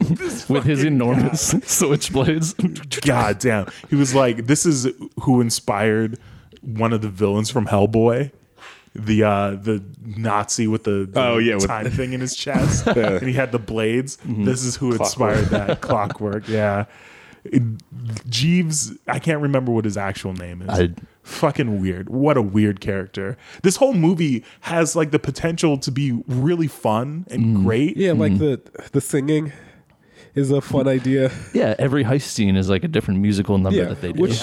[SPEAKER 1] This
[SPEAKER 3] with his
[SPEAKER 1] fucking
[SPEAKER 3] enormous switchblades.
[SPEAKER 1] guy. God damn. He was like, this is who inspired one of the villains from Hellboy. The uh the Nazi with the, the
[SPEAKER 2] Oh, yeah, with- Mm-hmm.
[SPEAKER 1] time thing in his chest. and he had the blades. This is who inspired that clockwork. Yeah. It- Jeeves, I can't remember what his actual name is.
[SPEAKER 3] I-
[SPEAKER 1] fucking weird. What a weird character. This whole movie has like the potential to be really fun and great.
[SPEAKER 2] yeah, like the the singing is a fun idea.
[SPEAKER 3] Mm-hmm. yeah, every heist scene is like a different musical number
[SPEAKER 2] Yeah,
[SPEAKER 3] that they do.
[SPEAKER 2] which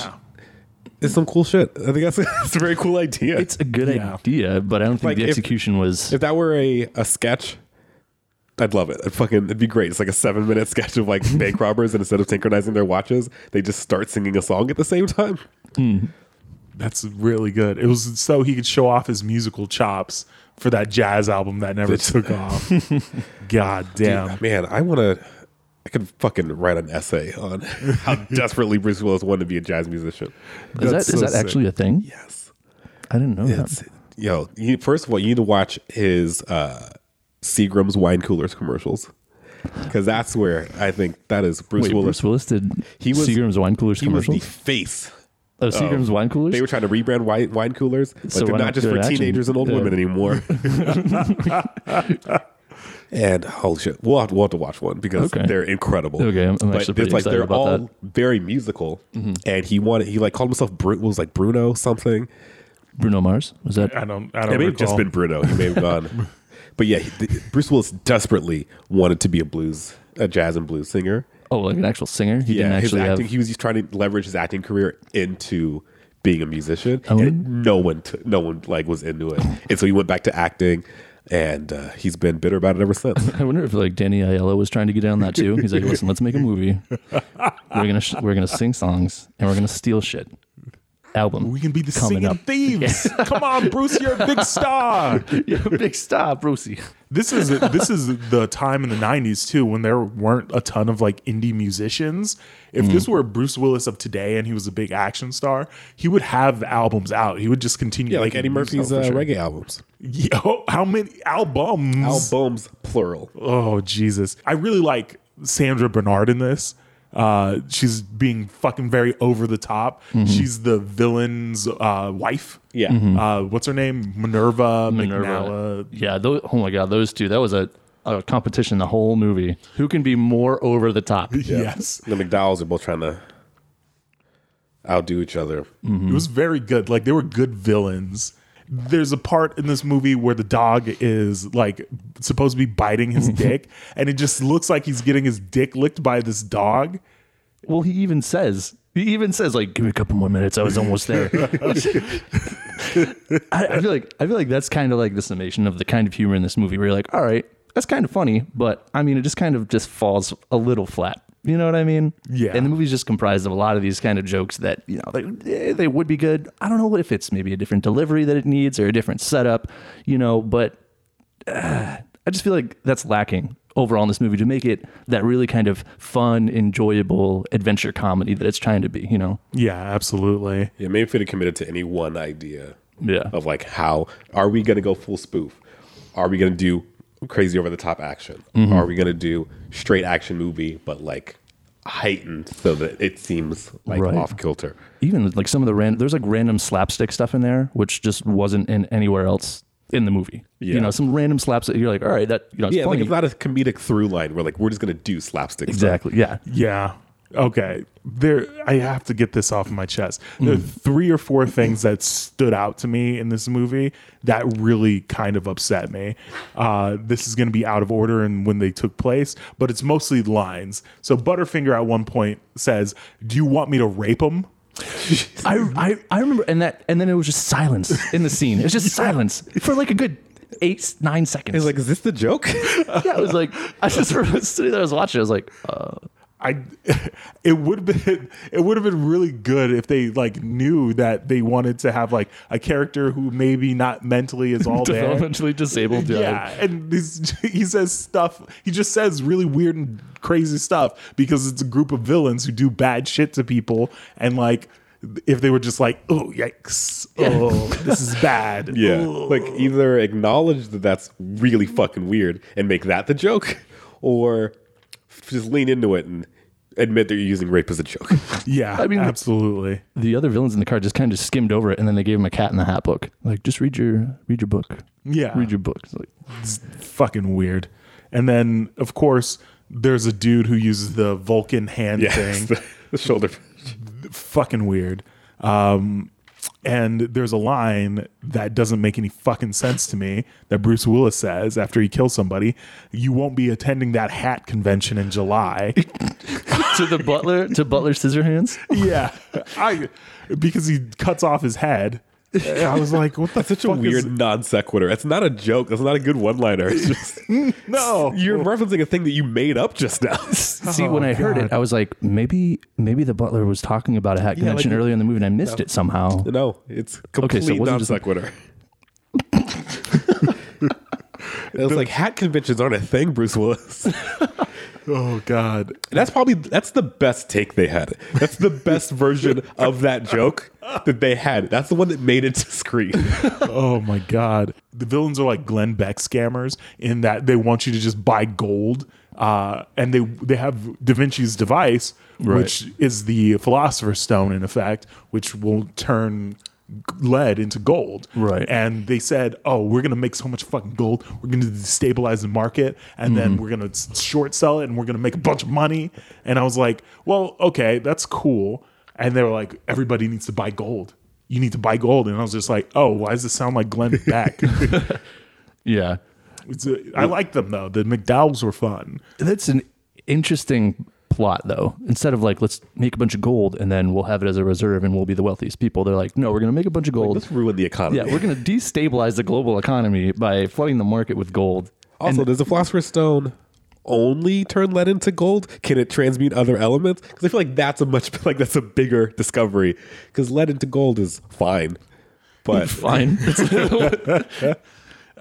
[SPEAKER 2] is some cool shit. I think that's it's a very cool idea.
[SPEAKER 3] it's a good
[SPEAKER 1] Yeah.
[SPEAKER 3] idea, but I don't think
[SPEAKER 2] Like,
[SPEAKER 3] the
[SPEAKER 2] if-
[SPEAKER 3] execution was.
[SPEAKER 2] If that were a, a sketch, I'd love it. I'd fucking, it'd be great. It's like a seven minute sketch of like bank robbers, and instead of synchronizing their watches, they just start singing a song at the same time.
[SPEAKER 1] That's really good. It was so he could show off his musical chops for that jazz album that never took off. God
[SPEAKER 3] Um,
[SPEAKER 1] damn.
[SPEAKER 2] Man, I want to. I could fucking write an essay on how desperately Bruce Willis wanted to be a jazz musician.
[SPEAKER 3] is that,
[SPEAKER 1] that's
[SPEAKER 3] is
[SPEAKER 1] so
[SPEAKER 3] that
[SPEAKER 1] sick.
[SPEAKER 3] actually a thing?
[SPEAKER 2] Yes.
[SPEAKER 3] I didn't know
[SPEAKER 2] It's,
[SPEAKER 3] that.
[SPEAKER 2] yo, you, first of all, you need to watch his uh, Seagram's wine coolers commercials. Because that's where I think that is Bruce
[SPEAKER 3] Wait,
[SPEAKER 2] Willis.
[SPEAKER 3] Bruce Willis did
[SPEAKER 2] He was-
[SPEAKER 3] Seagram's wine coolers
[SPEAKER 2] he was
[SPEAKER 3] commercial.
[SPEAKER 2] the face
[SPEAKER 3] oh, Seagram's wine coolers.
[SPEAKER 2] They were trying to rebrand wine, wine coolers, but
[SPEAKER 3] So
[SPEAKER 2] they're
[SPEAKER 3] why
[SPEAKER 2] not
[SPEAKER 3] not
[SPEAKER 2] just
[SPEAKER 3] do
[SPEAKER 2] for
[SPEAKER 3] it action?
[SPEAKER 2] teenagers and old
[SPEAKER 3] Yeah.
[SPEAKER 2] women anymore. and holy shit, we'll have to, we'll have to watch one because
[SPEAKER 3] Okay.
[SPEAKER 2] they're incredible.
[SPEAKER 3] Okay, I'm- I'm
[SPEAKER 2] But
[SPEAKER 3] actually
[SPEAKER 2] there's,
[SPEAKER 3] pretty
[SPEAKER 2] like
[SPEAKER 3] excited
[SPEAKER 2] they're
[SPEAKER 3] about
[SPEAKER 2] all
[SPEAKER 3] that. Mm-hmm.
[SPEAKER 2] very musical, and he wanted he like called himself Bru- was like Bruno something.
[SPEAKER 3] Bruno Mars was that?
[SPEAKER 1] I don't I
[SPEAKER 2] It
[SPEAKER 1] don't
[SPEAKER 2] may
[SPEAKER 1] know.
[SPEAKER 2] have just been Bruno. He may have gone. But yeah, he, the, Bruce Willis desperately wanted to be a blues, a jazz and blues singer.
[SPEAKER 3] Oh, like an actual singer. He didn't
[SPEAKER 2] Yeah, his
[SPEAKER 3] actually
[SPEAKER 2] acting.
[SPEAKER 3] have.
[SPEAKER 2] He was just trying to leverage his acting career into being a musician,
[SPEAKER 3] Oh.
[SPEAKER 2] and no one, t- no one like was into it, and so he went back to acting, and uh, he's been bitter about it ever since.
[SPEAKER 3] I wonder if like Danny Aiello was trying to get in on that too. He's like, listen, let's make a movie. We're gonna sh- we're gonna sing songs and we're gonna steal shit. Album.
[SPEAKER 1] we can be the
[SPEAKER 3] coming
[SPEAKER 1] singing
[SPEAKER 3] up.
[SPEAKER 1] thieves. Come on, Bruce, you're a big star.
[SPEAKER 3] yeah, big star, Brucey.
[SPEAKER 1] this is this is the time in the 90s too when there weren't a ton of like indie musicians if
[SPEAKER 2] Mm.
[SPEAKER 1] this were bruce willis of today and he was a big action star he would have albums out he would just continue
[SPEAKER 2] Yeah, like
[SPEAKER 1] making
[SPEAKER 2] Eddie
[SPEAKER 1] music.
[SPEAKER 2] Murphy's uh, reggae albums,
[SPEAKER 1] Yo, how many albums
[SPEAKER 2] albums plural.
[SPEAKER 1] oh jesus i really like sandra bernard in this uh she's being fucking very over the top she's the villain's uh wife
[SPEAKER 2] Yeah,
[SPEAKER 1] uh what's her name minerva
[SPEAKER 3] Minerva.
[SPEAKER 1] minerva
[SPEAKER 3] Yeah, those, oh my god, those two. That was a, a competition the whole movie. Who can be more over the top?
[SPEAKER 1] yes
[SPEAKER 2] the McDowells are both trying to outdo each other. Mm.
[SPEAKER 1] It was very good. Like they were good villains. there's a part in this movie where the dog is like supposed to be biting his dick, and it just looks like he's getting his dick licked by this dog.
[SPEAKER 3] Well, he even says, he even says, like, give me a couple more minutes. I was almost there. I, I feel like I feel like that's kind of like the summation of the kind of humor in this movie. Where you're like, all right, that's kind of funny, but I mean, it just kind of just falls a little flat. You know what I mean?
[SPEAKER 1] Yeah.
[SPEAKER 3] And the movie's just comprised of a lot of these kind of jokes that you know they eh, they would be good. I don't know what if it's maybe a different delivery that it needs or a different setup. You know, but I just feel like that's lacking overall in this movie to make it that really kind of fun, enjoyable adventure comedy that it's trying to be, you know?
[SPEAKER 1] Yeah, absolutely.
[SPEAKER 2] Yeah, maybe if it had committed to any one idea
[SPEAKER 3] Yeah.
[SPEAKER 2] of like how are we going to go full spoof? Are we going to do crazy over the top action?
[SPEAKER 3] Mm-hmm.
[SPEAKER 2] Are we going to do straight action movie but like heightened so that it seems like
[SPEAKER 3] Right.
[SPEAKER 2] off kilter?
[SPEAKER 3] Even like some of the random, there's like random slapstick stuff in there, which just wasn't in anywhere else in the movie.
[SPEAKER 2] Yeah.
[SPEAKER 3] You know, some random slapstick. You're like, all right, that, you know, it's
[SPEAKER 2] Yeah,
[SPEAKER 3] funny.
[SPEAKER 2] like it's not a comedic through line. We're like we're just going to do slapstick. stuff.
[SPEAKER 3] exactly. Yeah.
[SPEAKER 1] Yeah. Okay. There I have to get this off my chest. There are three or four things that stood out to me in this movie that really kind of upset me. Uh, this is gonna be out of order and when they took place, but it's mostly lines. So Butterfinger at one point says, Do you want me to rape him?
[SPEAKER 3] I, I, I remember, and that, and then it was just silence in the scene. It was just silence for like a good eight, nine seconds.
[SPEAKER 2] It's like is this the joke?
[SPEAKER 3] yeah, it was like, I just remember sitting there, I was watching, I was like, uh,
[SPEAKER 1] I it would have been it would have been really good if they like knew that they wanted to have like a character who maybe not mentally is all there.
[SPEAKER 3] developmentally disabled.
[SPEAKER 1] Yeah, and he's, he says stuff. He just says really weird and crazy stuff because it's a group of villains who do bad shit to people. And like, if they were just like, "Oh yikes! Oh, this is bad."
[SPEAKER 2] yeah.
[SPEAKER 1] Oh."
[SPEAKER 2] Like either acknowledge that that's really fucking weird and make that the joke or just lean into it and admit that you're using rape as a joke.
[SPEAKER 1] yeah. I
[SPEAKER 3] I
[SPEAKER 1] mean,
[SPEAKER 3] mean-
[SPEAKER 1] absolutely.
[SPEAKER 3] the other villains in the car just kind of skimmed over it, and then they gave him a cat in the hat book. Like, just read your read your book.
[SPEAKER 1] Yeah.
[SPEAKER 3] read your book. It's like,
[SPEAKER 1] It's fucking weird. And then, of course, there's a dude who uses the Vulcan hand
[SPEAKER 2] Yes,
[SPEAKER 1] thing.
[SPEAKER 2] the, the shoulder.
[SPEAKER 1] fucking weird. Um, and there's a line that doesn't make any fucking sense to me that Bruce Willis says after he kills somebody. You won't be attending that hat convention in July.
[SPEAKER 3] to the butler, to Butler Scissorhands.
[SPEAKER 1] yeah, I because he cuts off his head. And I was like, what the
[SPEAKER 2] Such a
[SPEAKER 1] fuck is-
[SPEAKER 2] weird non sequitur. That's not a joke. That's not a good one liner. It's just
[SPEAKER 1] no,
[SPEAKER 2] you're referencing a thing that you made up just now.
[SPEAKER 3] See, when I heard it, I was like, maybe maybe the butler was talking about a hat convention
[SPEAKER 2] like-
[SPEAKER 3] earlier in the movie, and I missed it somehow.
[SPEAKER 2] no, it's
[SPEAKER 3] so it
[SPEAKER 2] complete
[SPEAKER 3] wasn't
[SPEAKER 2] non
[SPEAKER 3] just-
[SPEAKER 2] sequitur. It was like hat conventions aren't a thing, Bruce Willis.
[SPEAKER 1] oh god,
[SPEAKER 2] And that's probably that's the best take they had. That's the best version of that joke that they had. That's the one that made it to screen.
[SPEAKER 1] oh my god the villains are like glenn beck scammers in that they want you to just buy gold uh, and they they have da vinci's device which is the philosopher's stone in effect which will turn lead into gold
[SPEAKER 3] Right.
[SPEAKER 1] and they said oh we're gonna make so much fucking gold we're gonna destabilize the market and then we're gonna s- short sell it and we're gonna make a bunch of money and i was like well okay that's cool and they were like everybody needs to buy gold you need to buy gold. And I was just like, oh, why does this sound like Glenn Beck?
[SPEAKER 3] Yeah,
[SPEAKER 1] It's a- I like them though. The McDowells were fun.
[SPEAKER 3] that's an interesting plot though instead of like let's make a bunch of gold and then we'll have it as a reserve and we'll be the wealthiest people they're like no we're gonna make a bunch of gold
[SPEAKER 2] Let's ruin the economy.
[SPEAKER 3] yeah we're gonna destabilize the global economy by flooding the market with gold
[SPEAKER 2] Also, does the Philosopher's Stone only turn lead into gold? Can it transmute other elements? Because I feel like that's a much like that's a bigger discovery. Because lead into gold is fine, but
[SPEAKER 3] fine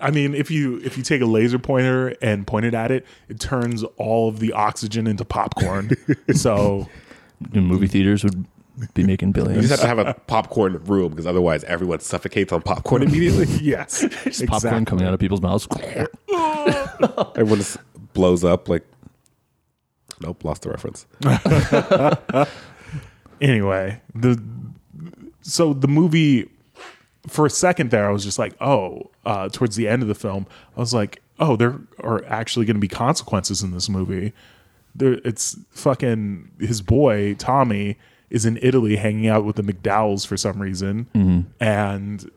[SPEAKER 1] I mean, if you if you take a laser pointer and point it at it, it turns all of the oxygen into popcorn. so
[SPEAKER 3] And movie
[SPEAKER 2] Mm.
[SPEAKER 3] theaters would be making
[SPEAKER 2] you
[SPEAKER 3] billions.
[SPEAKER 2] just have to have a popcorn room because otherwise everyone suffocates on popcorn immediately.
[SPEAKER 1] yes,
[SPEAKER 3] Popcorn
[SPEAKER 1] exact-
[SPEAKER 3] coming out of people's mouths.
[SPEAKER 2] everyone just blows up like. Nope, lost the reference.
[SPEAKER 1] Anyway, the so the movie for a second there, I was just like, oh. Uh, towards the end of the film, I was like, oh, there are actually going to be consequences in this movie. There, it's fucking his boy Tommy is in Italy hanging out with the McDowells for some reason, and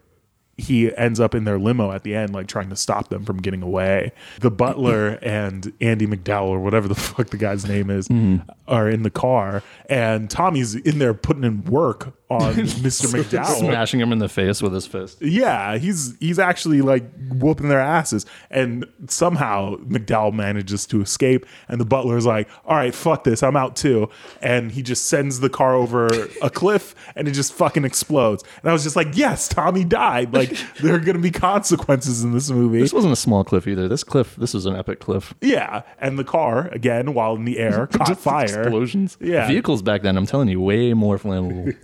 [SPEAKER 1] he ends up in their limo at the end, like trying to stop them from getting away. The butler and Andy McDowell, or whatever the fuck the guy's name is, are in the car, and Tommy's in there putting in work on Mr. McDowell.
[SPEAKER 3] Smashing him in the face with his fist.
[SPEAKER 1] Yeah, he's he's actually like whooping their asses, and somehow McDowell manages to escape, and the butler's like, "All right, fuck this, I'm out too," and he just sends the car over a cliff, and it just fucking explodes. And I was just like, "Yes, Tommy died. Like there are gonna be consequences in this movie."
[SPEAKER 3] This wasn't a small cliff either. This cliff, this was an epic cliff.
[SPEAKER 1] Yeah, and the car again, while in the air, caught fire.
[SPEAKER 3] Explosions.
[SPEAKER 1] Yeah.
[SPEAKER 3] Vehicles back then, I'm telling you, way more flammable.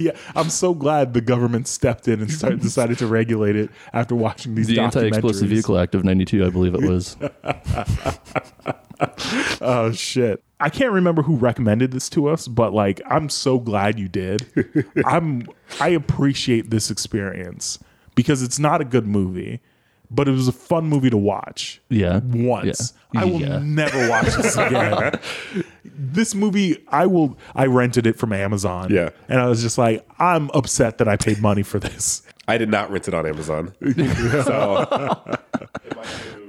[SPEAKER 1] Yeah, I'm so glad the government stepped in and started, decided to regulate it after watching these
[SPEAKER 3] the Anti Explosive
[SPEAKER 1] documentaries.
[SPEAKER 3] Vehicle Act of 92, I believe it was.
[SPEAKER 1] Oh shit. I can't remember who recommended this to us, but like I'm so glad you did. I'm I appreciate this experience because it's not a good movie, but it was a fun movie to watch.
[SPEAKER 3] Yeah.
[SPEAKER 1] Once.
[SPEAKER 3] Yeah.
[SPEAKER 1] I will
[SPEAKER 3] Yeah.
[SPEAKER 1] never watch this again. this movie I will I rented it from Amazon.
[SPEAKER 2] Yeah.
[SPEAKER 1] And I was just like, I'm upset that I paid money for this.
[SPEAKER 2] I did not rent it on Amazon. so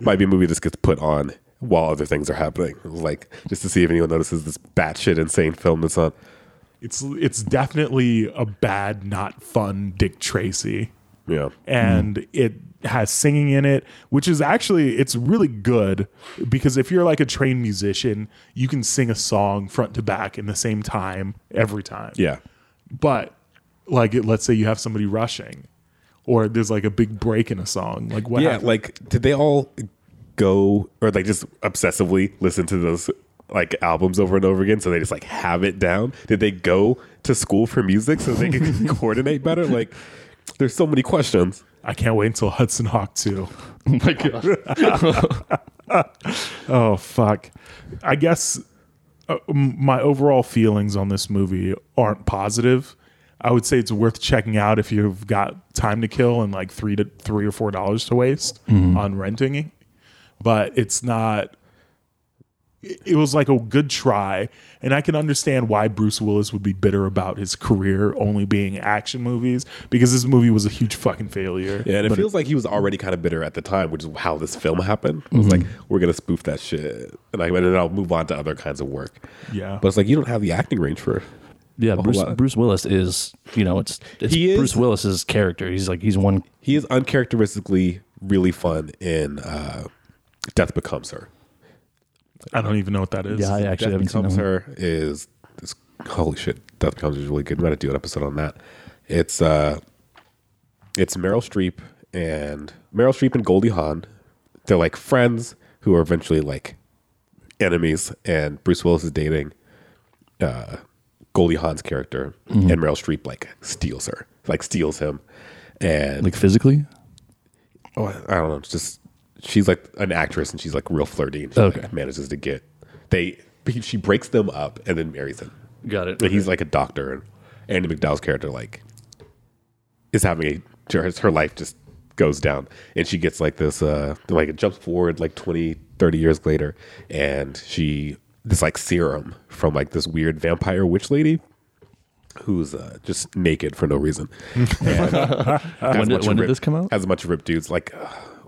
[SPEAKER 2] might be a movie that gets put on while other things are happening. Like just to see if anyone notices this batshit insane film that's on.
[SPEAKER 1] It's it's definitely a bad, not fun Dick Tracy.
[SPEAKER 2] Yeah.
[SPEAKER 1] and it has singing in it which is actually it's really good because if you're like a trained musician you can sing a song front to back in the same time every time
[SPEAKER 2] Yeah.
[SPEAKER 1] but like it, let's say you have somebody rushing or there's like a big break in a song like what
[SPEAKER 2] Yeah.
[SPEAKER 1] happened?
[SPEAKER 2] Like, did they all go or like just obsessively listen to those like albums over and over again? So they just like have it down? Did they go to school for music so they could coordinate better? Like, there's so many questions.
[SPEAKER 1] i can't wait until hudson hawk 2
[SPEAKER 3] oh my God.
[SPEAKER 1] oh fuck i guess uh, m- my overall feelings on this movie aren't positive i would say it's worth checking out if you've got time to kill and like three to three or four dollars to waste
[SPEAKER 3] Mm-hmm.
[SPEAKER 1] on renting it but it's not it it was like a good try and i can understand why bruce willis would be bitter about his career only being action movies because this movie was a huge fucking failure
[SPEAKER 2] Yeah, and it feels like he was already kind of bitter at the time, which is how this film happened. It was like, we're gonna spoof that shit, and I and then I'll move on to other kinds of work.
[SPEAKER 1] Yeah.
[SPEAKER 2] but it's like you don't have the acting range for it.
[SPEAKER 3] Yeah, Bruce,
[SPEAKER 2] lot.
[SPEAKER 3] Bruce Willis is, you know, it's, it's
[SPEAKER 2] He is-
[SPEAKER 3] Bruce Willis's character. He's like, he's one.
[SPEAKER 2] He is uncharacteristically really fun in uh, Death Becomes Her.
[SPEAKER 1] i don't even know what that is
[SPEAKER 3] Yeah, I
[SPEAKER 2] Death
[SPEAKER 3] actually haven't seen
[SPEAKER 2] Becomes
[SPEAKER 3] him.
[SPEAKER 2] Her is this holy shit. Death Becomes Her is really good. We gotta do an episode on that. It's uh, it's Meryl Streep and Meryl Streep and Goldie Hawn. They're like friends who are eventually like enemies, and Bruce Willis is dating uh, Goldie Hawn's character,
[SPEAKER 3] Mm-hmm.
[SPEAKER 2] and Meryl Streep like steals her, like steals him, and
[SPEAKER 3] Like physically?
[SPEAKER 2] oh, I don't know. It's just she's like an actress, and she's like real flirty, and she
[SPEAKER 3] Okay.
[SPEAKER 2] like, manages to get they. She breaks them up and then marries him.
[SPEAKER 3] Got it.
[SPEAKER 2] But he's like a doctor, and Andy McDowell's character like is having a her, her life just goes down, and she gets like this uh like it jumps forward like 20, 30 years later, and she this like serum from like this weird vampire witch lady who's uh, just naked for no reason.
[SPEAKER 3] when
[SPEAKER 2] Has a
[SPEAKER 3] did,
[SPEAKER 2] bunch
[SPEAKER 3] when
[SPEAKER 2] of
[SPEAKER 3] did
[SPEAKER 2] ripped-
[SPEAKER 3] this come out?
[SPEAKER 2] Has a bunch of ripped dudes like uh,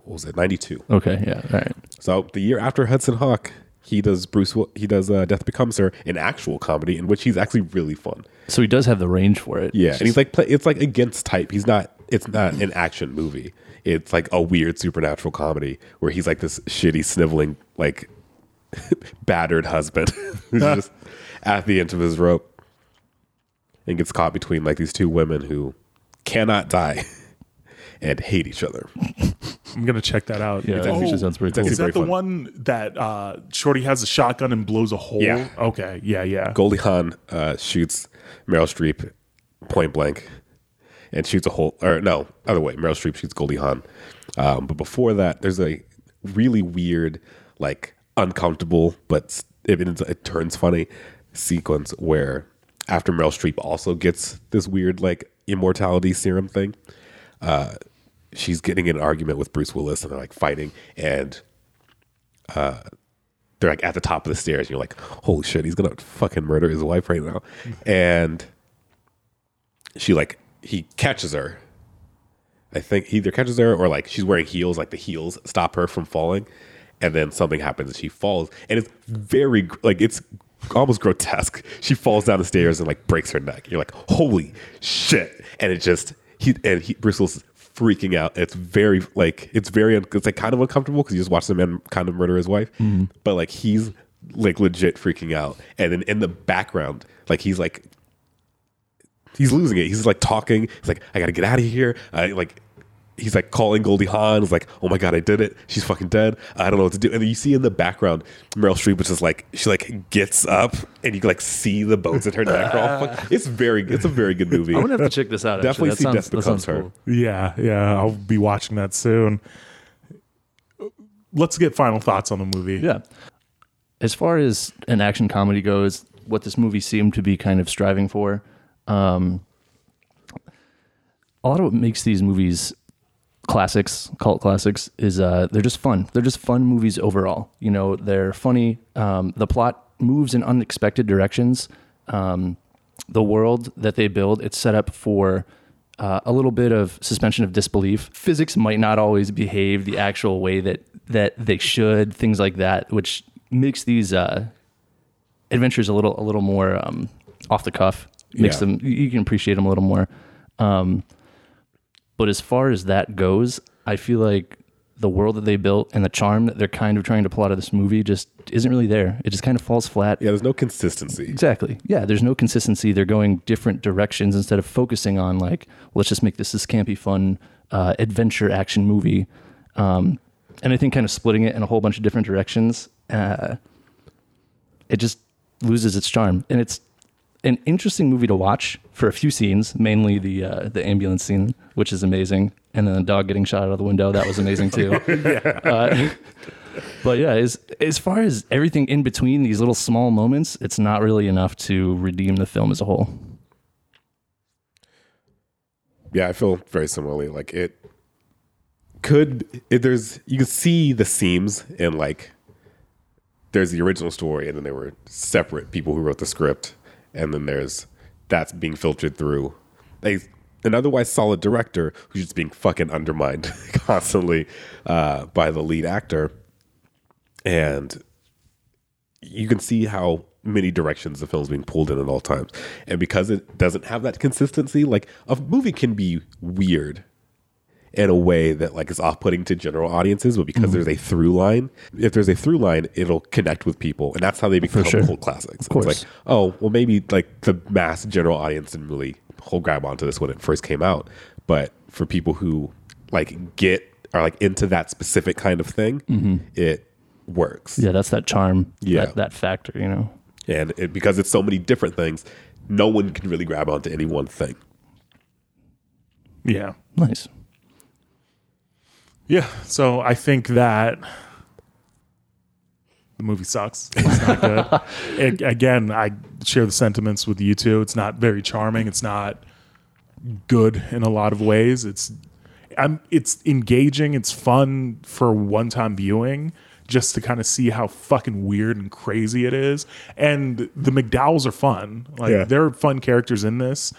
[SPEAKER 2] what was it ninety two.
[SPEAKER 3] Okay, yeah, all right.
[SPEAKER 2] So the year after Hudson Hawk, he does Bruce. Will- He does uh, Death Becomes Her, an actual comedy in which he's actually really fun.
[SPEAKER 3] So he does have the range for it.
[SPEAKER 2] Yeah, and he's like play, it's like against type. He's not. It's not an action movie. It's like a weird supernatural comedy where he's like this shitty sniveling like battered husband who's just at the end of his rope and gets caught between like these two women who cannot die and hate each other.
[SPEAKER 1] I'm gonna check that out.
[SPEAKER 3] Yeah, that actually sounds pretty
[SPEAKER 1] is
[SPEAKER 2] cool.
[SPEAKER 1] that
[SPEAKER 2] Very
[SPEAKER 1] the
[SPEAKER 2] fun.
[SPEAKER 1] one that uh, Shorty has a shotgun and blows a hole?
[SPEAKER 2] Yeah.
[SPEAKER 1] Okay. Yeah. Yeah.
[SPEAKER 2] Goldie Hawn uh, shoots Meryl Streep point blank and shoots a whole, or no, other way. Meryl Streep shoots Goldie Hawn. Um, but before that, there's a really weird, like uncomfortable, but s- it, it, it turns funny sequence where after Meryl Streep also gets this weird, like immortality serum thing, uh, she's getting in an argument with Bruce Willis and they're like fighting and they're like at the top of the stairs. And you're like, holy shit, he's gonna fucking murder his wife right now. And she like he catches her I think either catches her or like she's wearing heels, like the heels stop her from falling, and then something happens and she falls, and it's very gr- like it's almost grotesque. She falls down the stairs and like breaks her neck. You're like, holy shit! And it just he and he Bruce Willis is freaking out. It's very like it's very un- it's like kind of uncomfortable because you just watch the man kind of murder his wife, but like he's like legit freaking out, and then in the background, like he's like he's losing it. He's like talking. He's like, I gotta get out of here. I like. He's like calling Goldie Hawn. He's like, "Oh my god, I did it! She's fucking dead. I don't know what to do." And then you see in the background, Meryl Streep, which is like, she like gets up, and you can like see the bones in her neck. are all fuck- It's very, it's a very good movie.
[SPEAKER 3] I'm gonna have to check this out.
[SPEAKER 2] Definitely
[SPEAKER 3] actually. That
[SPEAKER 2] see
[SPEAKER 3] sounds,
[SPEAKER 2] Death
[SPEAKER 3] that
[SPEAKER 2] Becomes
[SPEAKER 3] sounds
[SPEAKER 2] Her.
[SPEAKER 3] cool.
[SPEAKER 1] Yeah, yeah, I'll be watching that soon. Let's get final thoughts on the movie.
[SPEAKER 3] Yeah. As far as an action comedy goes, what this movie seemed to be kind of striving for, um, a lot of what makes these movies classics, cult classics, is uh, they're just fun. They're just fun movies overall. You know, they're funny. Um, the plot moves in unexpected directions. Um, the world that they build, it's set up for uh, a little bit of suspension of disbelief. Physics might not always behave the actual way that that they should. Things like that, which makes these uh, adventures a little a little more um, off the cuff. Makes
[SPEAKER 2] Yeah.
[SPEAKER 3] them you can appreciate them a little more. Um, but as far as that goes, I feel like the world that they built and the charm that they're kind of trying to pull out of this movie just isn't really there. It just kind of falls flat.
[SPEAKER 2] Yeah, there's no consistency.
[SPEAKER 3] Exactly. Yeah, there's no consistency. They're going different directions instead of focusing on like, let's just make this this campy, fun uh, adventure action movie. Um, and I think kind of splitting it in a whole bunch of different directions, uh, it just loses its charm. And it's an interesting movie to watch for a few scenes, mainly the uh, the ambulance scene, which is amazing, and then the dog getting shot out of the window. That was amazing too. Uh, but yeah, as as far as everything in between these little small moments, it's not really enough to redeem the film as a whole.
[SPEAKER 2] Yeah, I feel very similarly. Like it could it, there's you can see the seams and like there's the original story and then there were separate people who wrote the script and then there's that's being filtered through they an otherwise solid director who's just being fucking undermined constantly uh, by the lead actor and you can see how many directions the film's being pulled in at all times. And because it doesn't have that consistency, like a movie can be weird in a way that like is off-putting to general audiences, but
[SPEAKER 3] Mm-hmm.
[SPEAKER 2] because there's a through line, if there's a through line, it'll connect with people, and that's how they become
[SPEAKER 3] sure.
[SPEAKER 2] cult classics. Of
[SPEAKER 3] course.
[SPEAKER 2] It's like, oh, well, maybe like the mass general audience didn't really hold grab onto this when it first came out, but for people who like get are like into that specific kind of thing, it works.
[SPEAKER 3] Yeah, that's that charm.
[SPEAKER 2] Yeah.
[SPEAKER 3] that, that factor. You know.
[SPEAKER 2] And it, because it's so many different things, no one can really grab onto any one thing.
[SPEAKER 1] Yeah.
[SPEAKER 3] Nice.
[SPEAKER 1] Yeah. So I think that the movie sucks. It's not good. It- again, I share the sentiments with you two. It's not very charming. It's not good in a lot of ways. It's I'm it's engaging. It's fun for one time viewing just to kind of see how fucking weird and crazy it is. And the McDowells are fun. Like
[SPEAKER 2] Yeah.
[SPEAKER 1] there are fun characters in this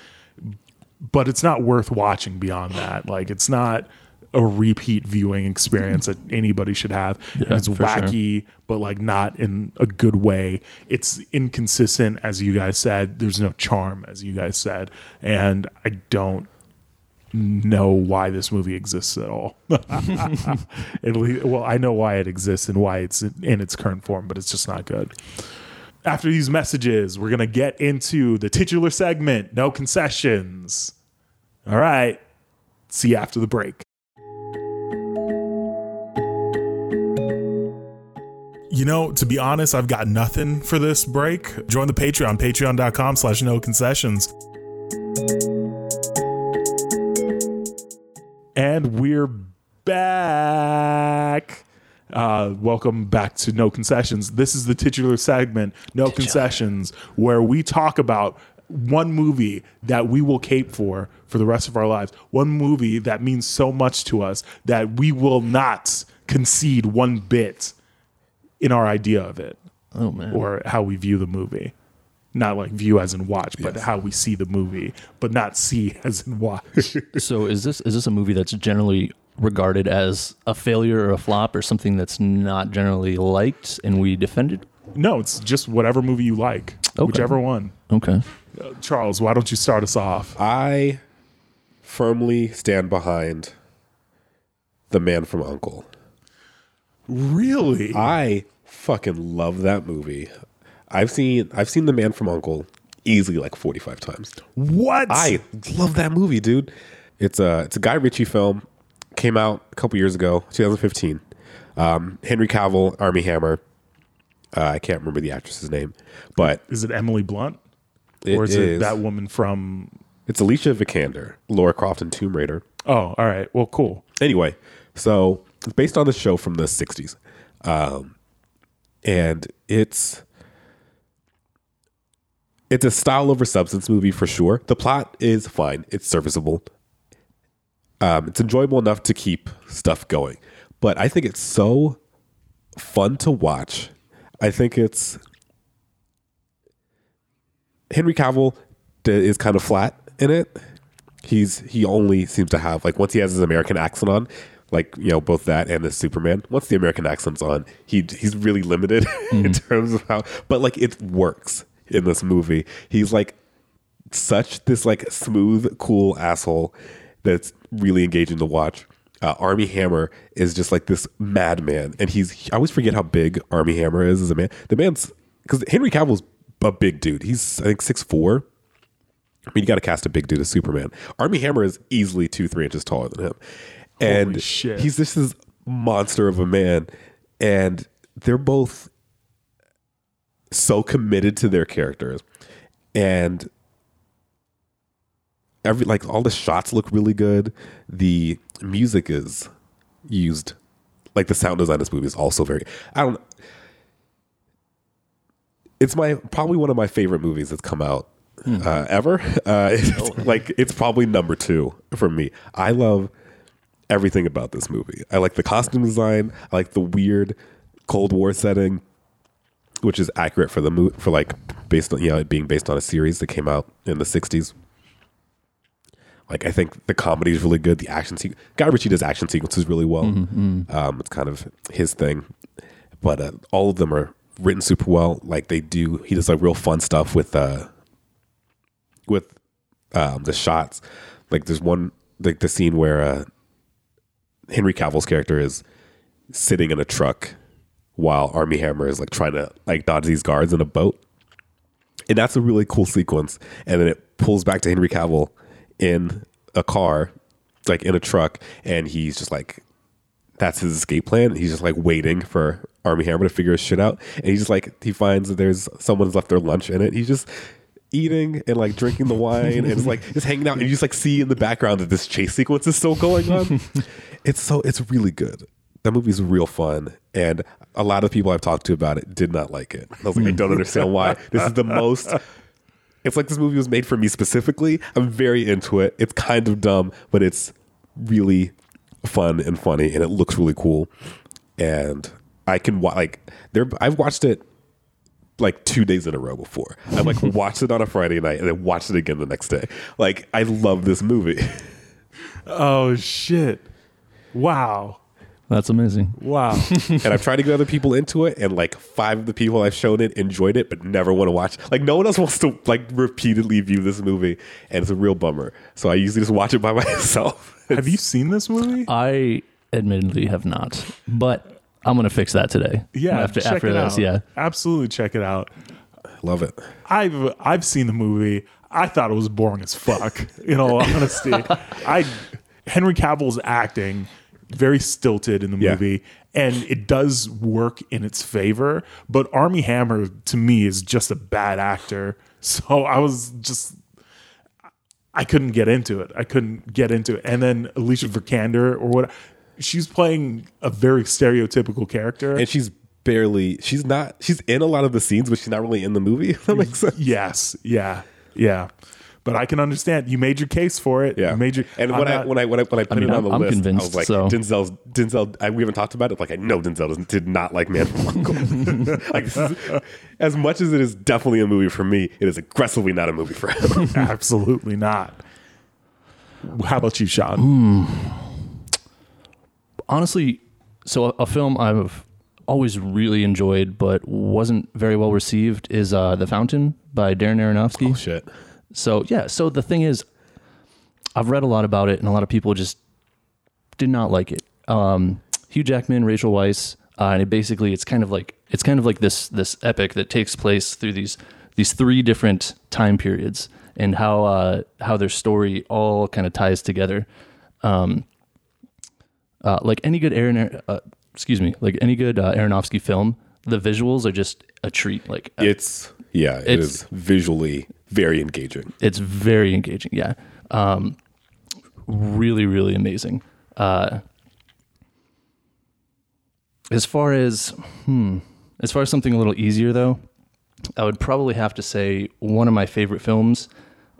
[SPEAKER 1] but it's not worth watching beyond that. Like it's not a repeat viewing experience that anybody should have. and it's wacky, but like not in a good way. It's inconsistent, as you guys said. There's no charm, as you guys said, and I don't know why this movie exists at all. at least, well, I know why it exists and why it's in its current form, but it's just not good. After these messages, we're going to get into the titular segment, no concessions. All right. See you after the break. You know, to be honest, I've got nothing for this break. Join the Patreon, patreon.com slash no concessions. And we're back. Uh, welcome back to No Concessions. This is the titular segment, No Concessions, where we talk about one movie that we will cape for for the rest of our lives, one movie that means so much to us that we will not concede one bit in our idea of it
[SPEAKER 3] Oh man.
[SPEAKER 1] or how we view the movie. not like view as in watch, but how we see the movie, but not see as in watch.
[SPEAKER 3] So is this is this a movie that's generally regarded as a failure or a flop or something that's not generally liked and we defended?
[SPEAKER 1] no, it's just whatever movie you like,
[SPEAKER 3] Okay.
[SPEAKER 1] whichever one.
[SPEAKER 3] Okay.
[SPEAKER 1] Uh, Charles, why don't you start us off?
[SPEAKER 2] I firmly stand behind the man from Uncle.
[SPEAKER 1] Really?
[SPEAKER 2] I fucking love that movie. I've seen I've seen the man from Uncle easily like forty five times.
[SPEAKER 1] what?
[SPEAKER 2] I love that movie, dude. It's a it's a Guy Ritchie film. Came out a couple years ago, 2015. Um, Henry Cavill, Army Hammer. Uh, I can't remember the actress's name, but
[SPEAKER 1] is it Emily Blunt?
[SPEAKER 2] it
[SPEAKER 1] or is, it
[SPEAKER 2] is-
[SPEAKER 1] that woman from
[SPEAKER 2] it's Alicia Vikander, Laura Croft, and Tomb Raider.
[SPEAKER 1] Oh, all right. Well, cool.
[SPEAKER 2] Anyway, so it's based on the show from the 60s. Um, and it's it's a style over substance movie for sure. The plot is fine. It's serviceable. Um, it's enjoyable enough to keep stuff going. But I think it's so fun to watch. I think it's Henry Cavill d- is kind of flat in it. He's he only seems to have like once he has his American accent on, like you know both that and the Superman. Once the American accent's on, he he's really limited in terms of how. But like it works in this movie. He's like such this like smooth, cool asshole that's really engaging to watch. Uh, Army Hammer is just like this madman, and he's I always forget how big Army Hammer is as a man. The man's because Henry Cavill's a big dude. He's I think six four. I mean, you got to cast a big dude as Superman. Army Hammer is easily two, three inches taller than him, and
[SPEAKER 1] shit.
[SPEAKER 2] he's just this monster of a man. And they're both so committed to their characters, and every like all the shots look really good. The music is used, like the sound design of this movie is also very. I don't. It's my probably one of my favorite movies that's come out uh, ever. Uh, it's, like it's probably number two for me. I love everything about this movie. I like the costume design. I like the weird Cold War setting, which is accurate for the mo- for like based on you know it being based on a series that came out in the '60s. Like I think the comedy is really good. The action sequence, Guy Ritchie does action sequences really well. Um, it's kind of his thing, but uh, all of them are written super well. Like they do, he does like real fun stuff with uh, with um, the shots. Like there's one like the scene where uh, Henry Cavill's character is sitting in a truck while Army Hammer is like trying to like dodge these guards in a boat. And that's a really cool sequence. And then it pulls back to Henry Cavill in a car, like in a truck, and he's just like that's his escape plan. He's just like waiting for Army Hammer to figure his shit out. And he's just like he finds that there's someone's left their lunch in it. He's just eating and like drinking the wine and just like just hanging out and you just like see in the background that this chase sequence is still going on. it's so it's really good. That movie's real fun. And a lot of people I've talked to about it did not like it. I was like, I don't understand why. This is the most it's like this movie was made for me specifically. I'm very into it. It's kind of dumb, but it's really fun and funny, and it looks really cool. And I can wa- like there. I've watched it like two days in a row before. I like watched it on a Friday night and then watched it again the next day. Like I love this movie.
[SPEAKER 1] Oh shit. Wow.
[SPEAKER 3] That's amazing.
[SPEAKER 1] Wow.
[SPEAKER 2] and I've tried to get other people into it, and like five of the people I've shown it enjoyed it, but never want to watch. Like no one else wants to like repeatedly view this movie, and it's a real bummer. So I usually just watch it by myself.
[SPEAKER 1] Have you seen this
[SPEAKER 3] Uh,
[SPEAKER 1] movie?
[SPEAKER 3] I admittedly have not, but I'm gonna fix that today.
[SPEAKER 1] yeah.
[SPEAKER 3] After
[SPEAKER 1] check
[SPEAKER 3] after
[SPEAKER 1] it
[SPEAKER 3] this,
[SPEAKER 1] out.
[SPEAKER 3] yeah.
[SPEAKER 1] Absolutely check it out.
[SPEAKER 2] Love it.
[SPEAKER 1] I've I've seen the movie. I thought it was boring as fuck. In all honesty, I Henry Cavill's acting very stilted in the
[SPEAKER 2] Yeah.
[SPEAKER 1] movie, and it does work in its favor. But Army Hammer to me is just a bad actor, so I was just I couldn't get into it. I couldn't get into it. And then Alicia Vikander or what? She's playing a very stereotypical character.
[SPEAKER 2] And she's barely she's not she's in a lot of the scenes, but she's not really in the movie. if that makes sense.
[SPEAKER 1] Yes. Yeah. Yeah. But I can understand. You made your case for it.
[SPEAKER 2] Yeah,
[SPEAKER 1] You made your,
[SPEAKER 2] and
[SPEAKER 1] I'm
[SPEAKER 2] when I,
[SPEAKER 1] not-
[SPEAKER 2] when I when I when I put
[SPEAKER 3] mean,
[SPEAKER 2] it on
[SPEAKER 3] I'm-
[SPEAKER 2] the
[SPEAKER 3] I'm
[SPEAKER 2] list, I was
[SPEAKER 3] convinced,
[SPEAKER 2] like,
[SPEAKER 3] so.
[SPEAKER 2] Denzel's Denzel. I, we haven't talked about it. Like I know Denzel doesn't, did not like Man from Uncle. like this is, as much as it is definitely a movie for me, it is aggressively not a movie for him.
[SPEAKER 1] Absolutely not. How about you, Sean?
[SPEAKER 3] honestly, so a, a film I've always really enjoyed but wasn't very well received is uh, The Fountain by Darren Aronofsky.
[SPEAKER 2] Shit.
[SPEAKER 3] So yeah, so the thing is, I've read a lot about it, and a lot of people just did not like it. Um, Hugh Jackman, Rachel Weisz, uh, and it basically it's kind of like it's kind of like this this epic that takes place through these these three different time periods and how uh, how their story all kind of ties together. Um, uh, like any good Aaron, uh, excuse me, like any good uh, Aronofsky film, the visuals are just a treat. Like
[SPEAKER 2] It's yeah. it's,
[SPEAKER 3] It's-
[SPEAKER 2] visually very engaging.
[SPEAKER 3] it's very engaging. Yeah. Um, really, really amazing. Uh, as far as, hmm, as far as something a little easier though, I would probably have to say one of my favorite films,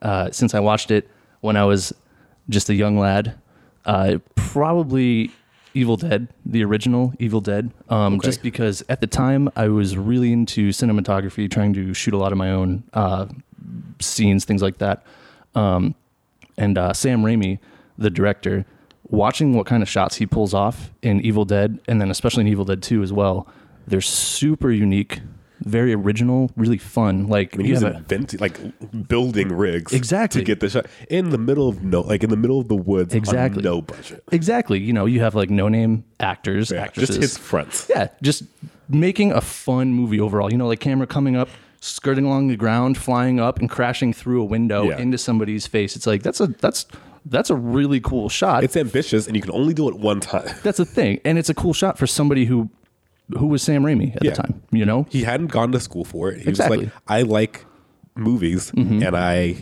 [SPEAKER 3] uh, since I watched it when I was just a young lad, uh, probably Evil Dead, the original Evil Dead. Um, Just because at the time I was really into cinematography, trying to shoot a lot of my own uh, scenes, things like that. Um, and uh, Sam Raimi, the director, watching what kind of shots he pulls off in Evil Dead, and then especially in Evil Dead 2 as well, they're super unique, very original, really fun. Like,
[SPEAKER 2] I mean, he
[SPEAKER 3] you
[SPEAKER 2] was
[SPEAKER 3] have a-
[SPEAKER 2] inventing like building rigs
[SPEAKER 3] Exactly.
[SPEAKER 2] to get the shot in the middle of no like in the middle of the woods on
[SPEAKER 3] Exactly.
[SPEAKER 2] no budget.
[SPEAKER 3] exactly, you know, you have like no name actors,
[SPEAKER 2] Yeah,
[SPEAKER 3] actresses.
[SPEAKER 2] Just his fronts.
[SPEAKER 3] yeah, just making a fun movie overall. You know, like camera coming up, skirting along the ground, flying up and crashing through a window
[SPEAKER 2] Yeah.
[SPEAKER 3] into somebody's face. It's like that's a that's that's a really cool shot.
[SPEAKER 2] It's ambitious, and you can only do it one time.
[SPEAKER 3] that's a thing, and it's a cool shot for somebody who who was Sam Raimi at
[SPEAKER 2] Yeah.
[SPEAKER 3] the time. You know,
[SPEAKER 2] he hadn't gone to school for it. He was
[SPEAKER 3] Exactly.
[SPEAKER 2] just like, I like movies and I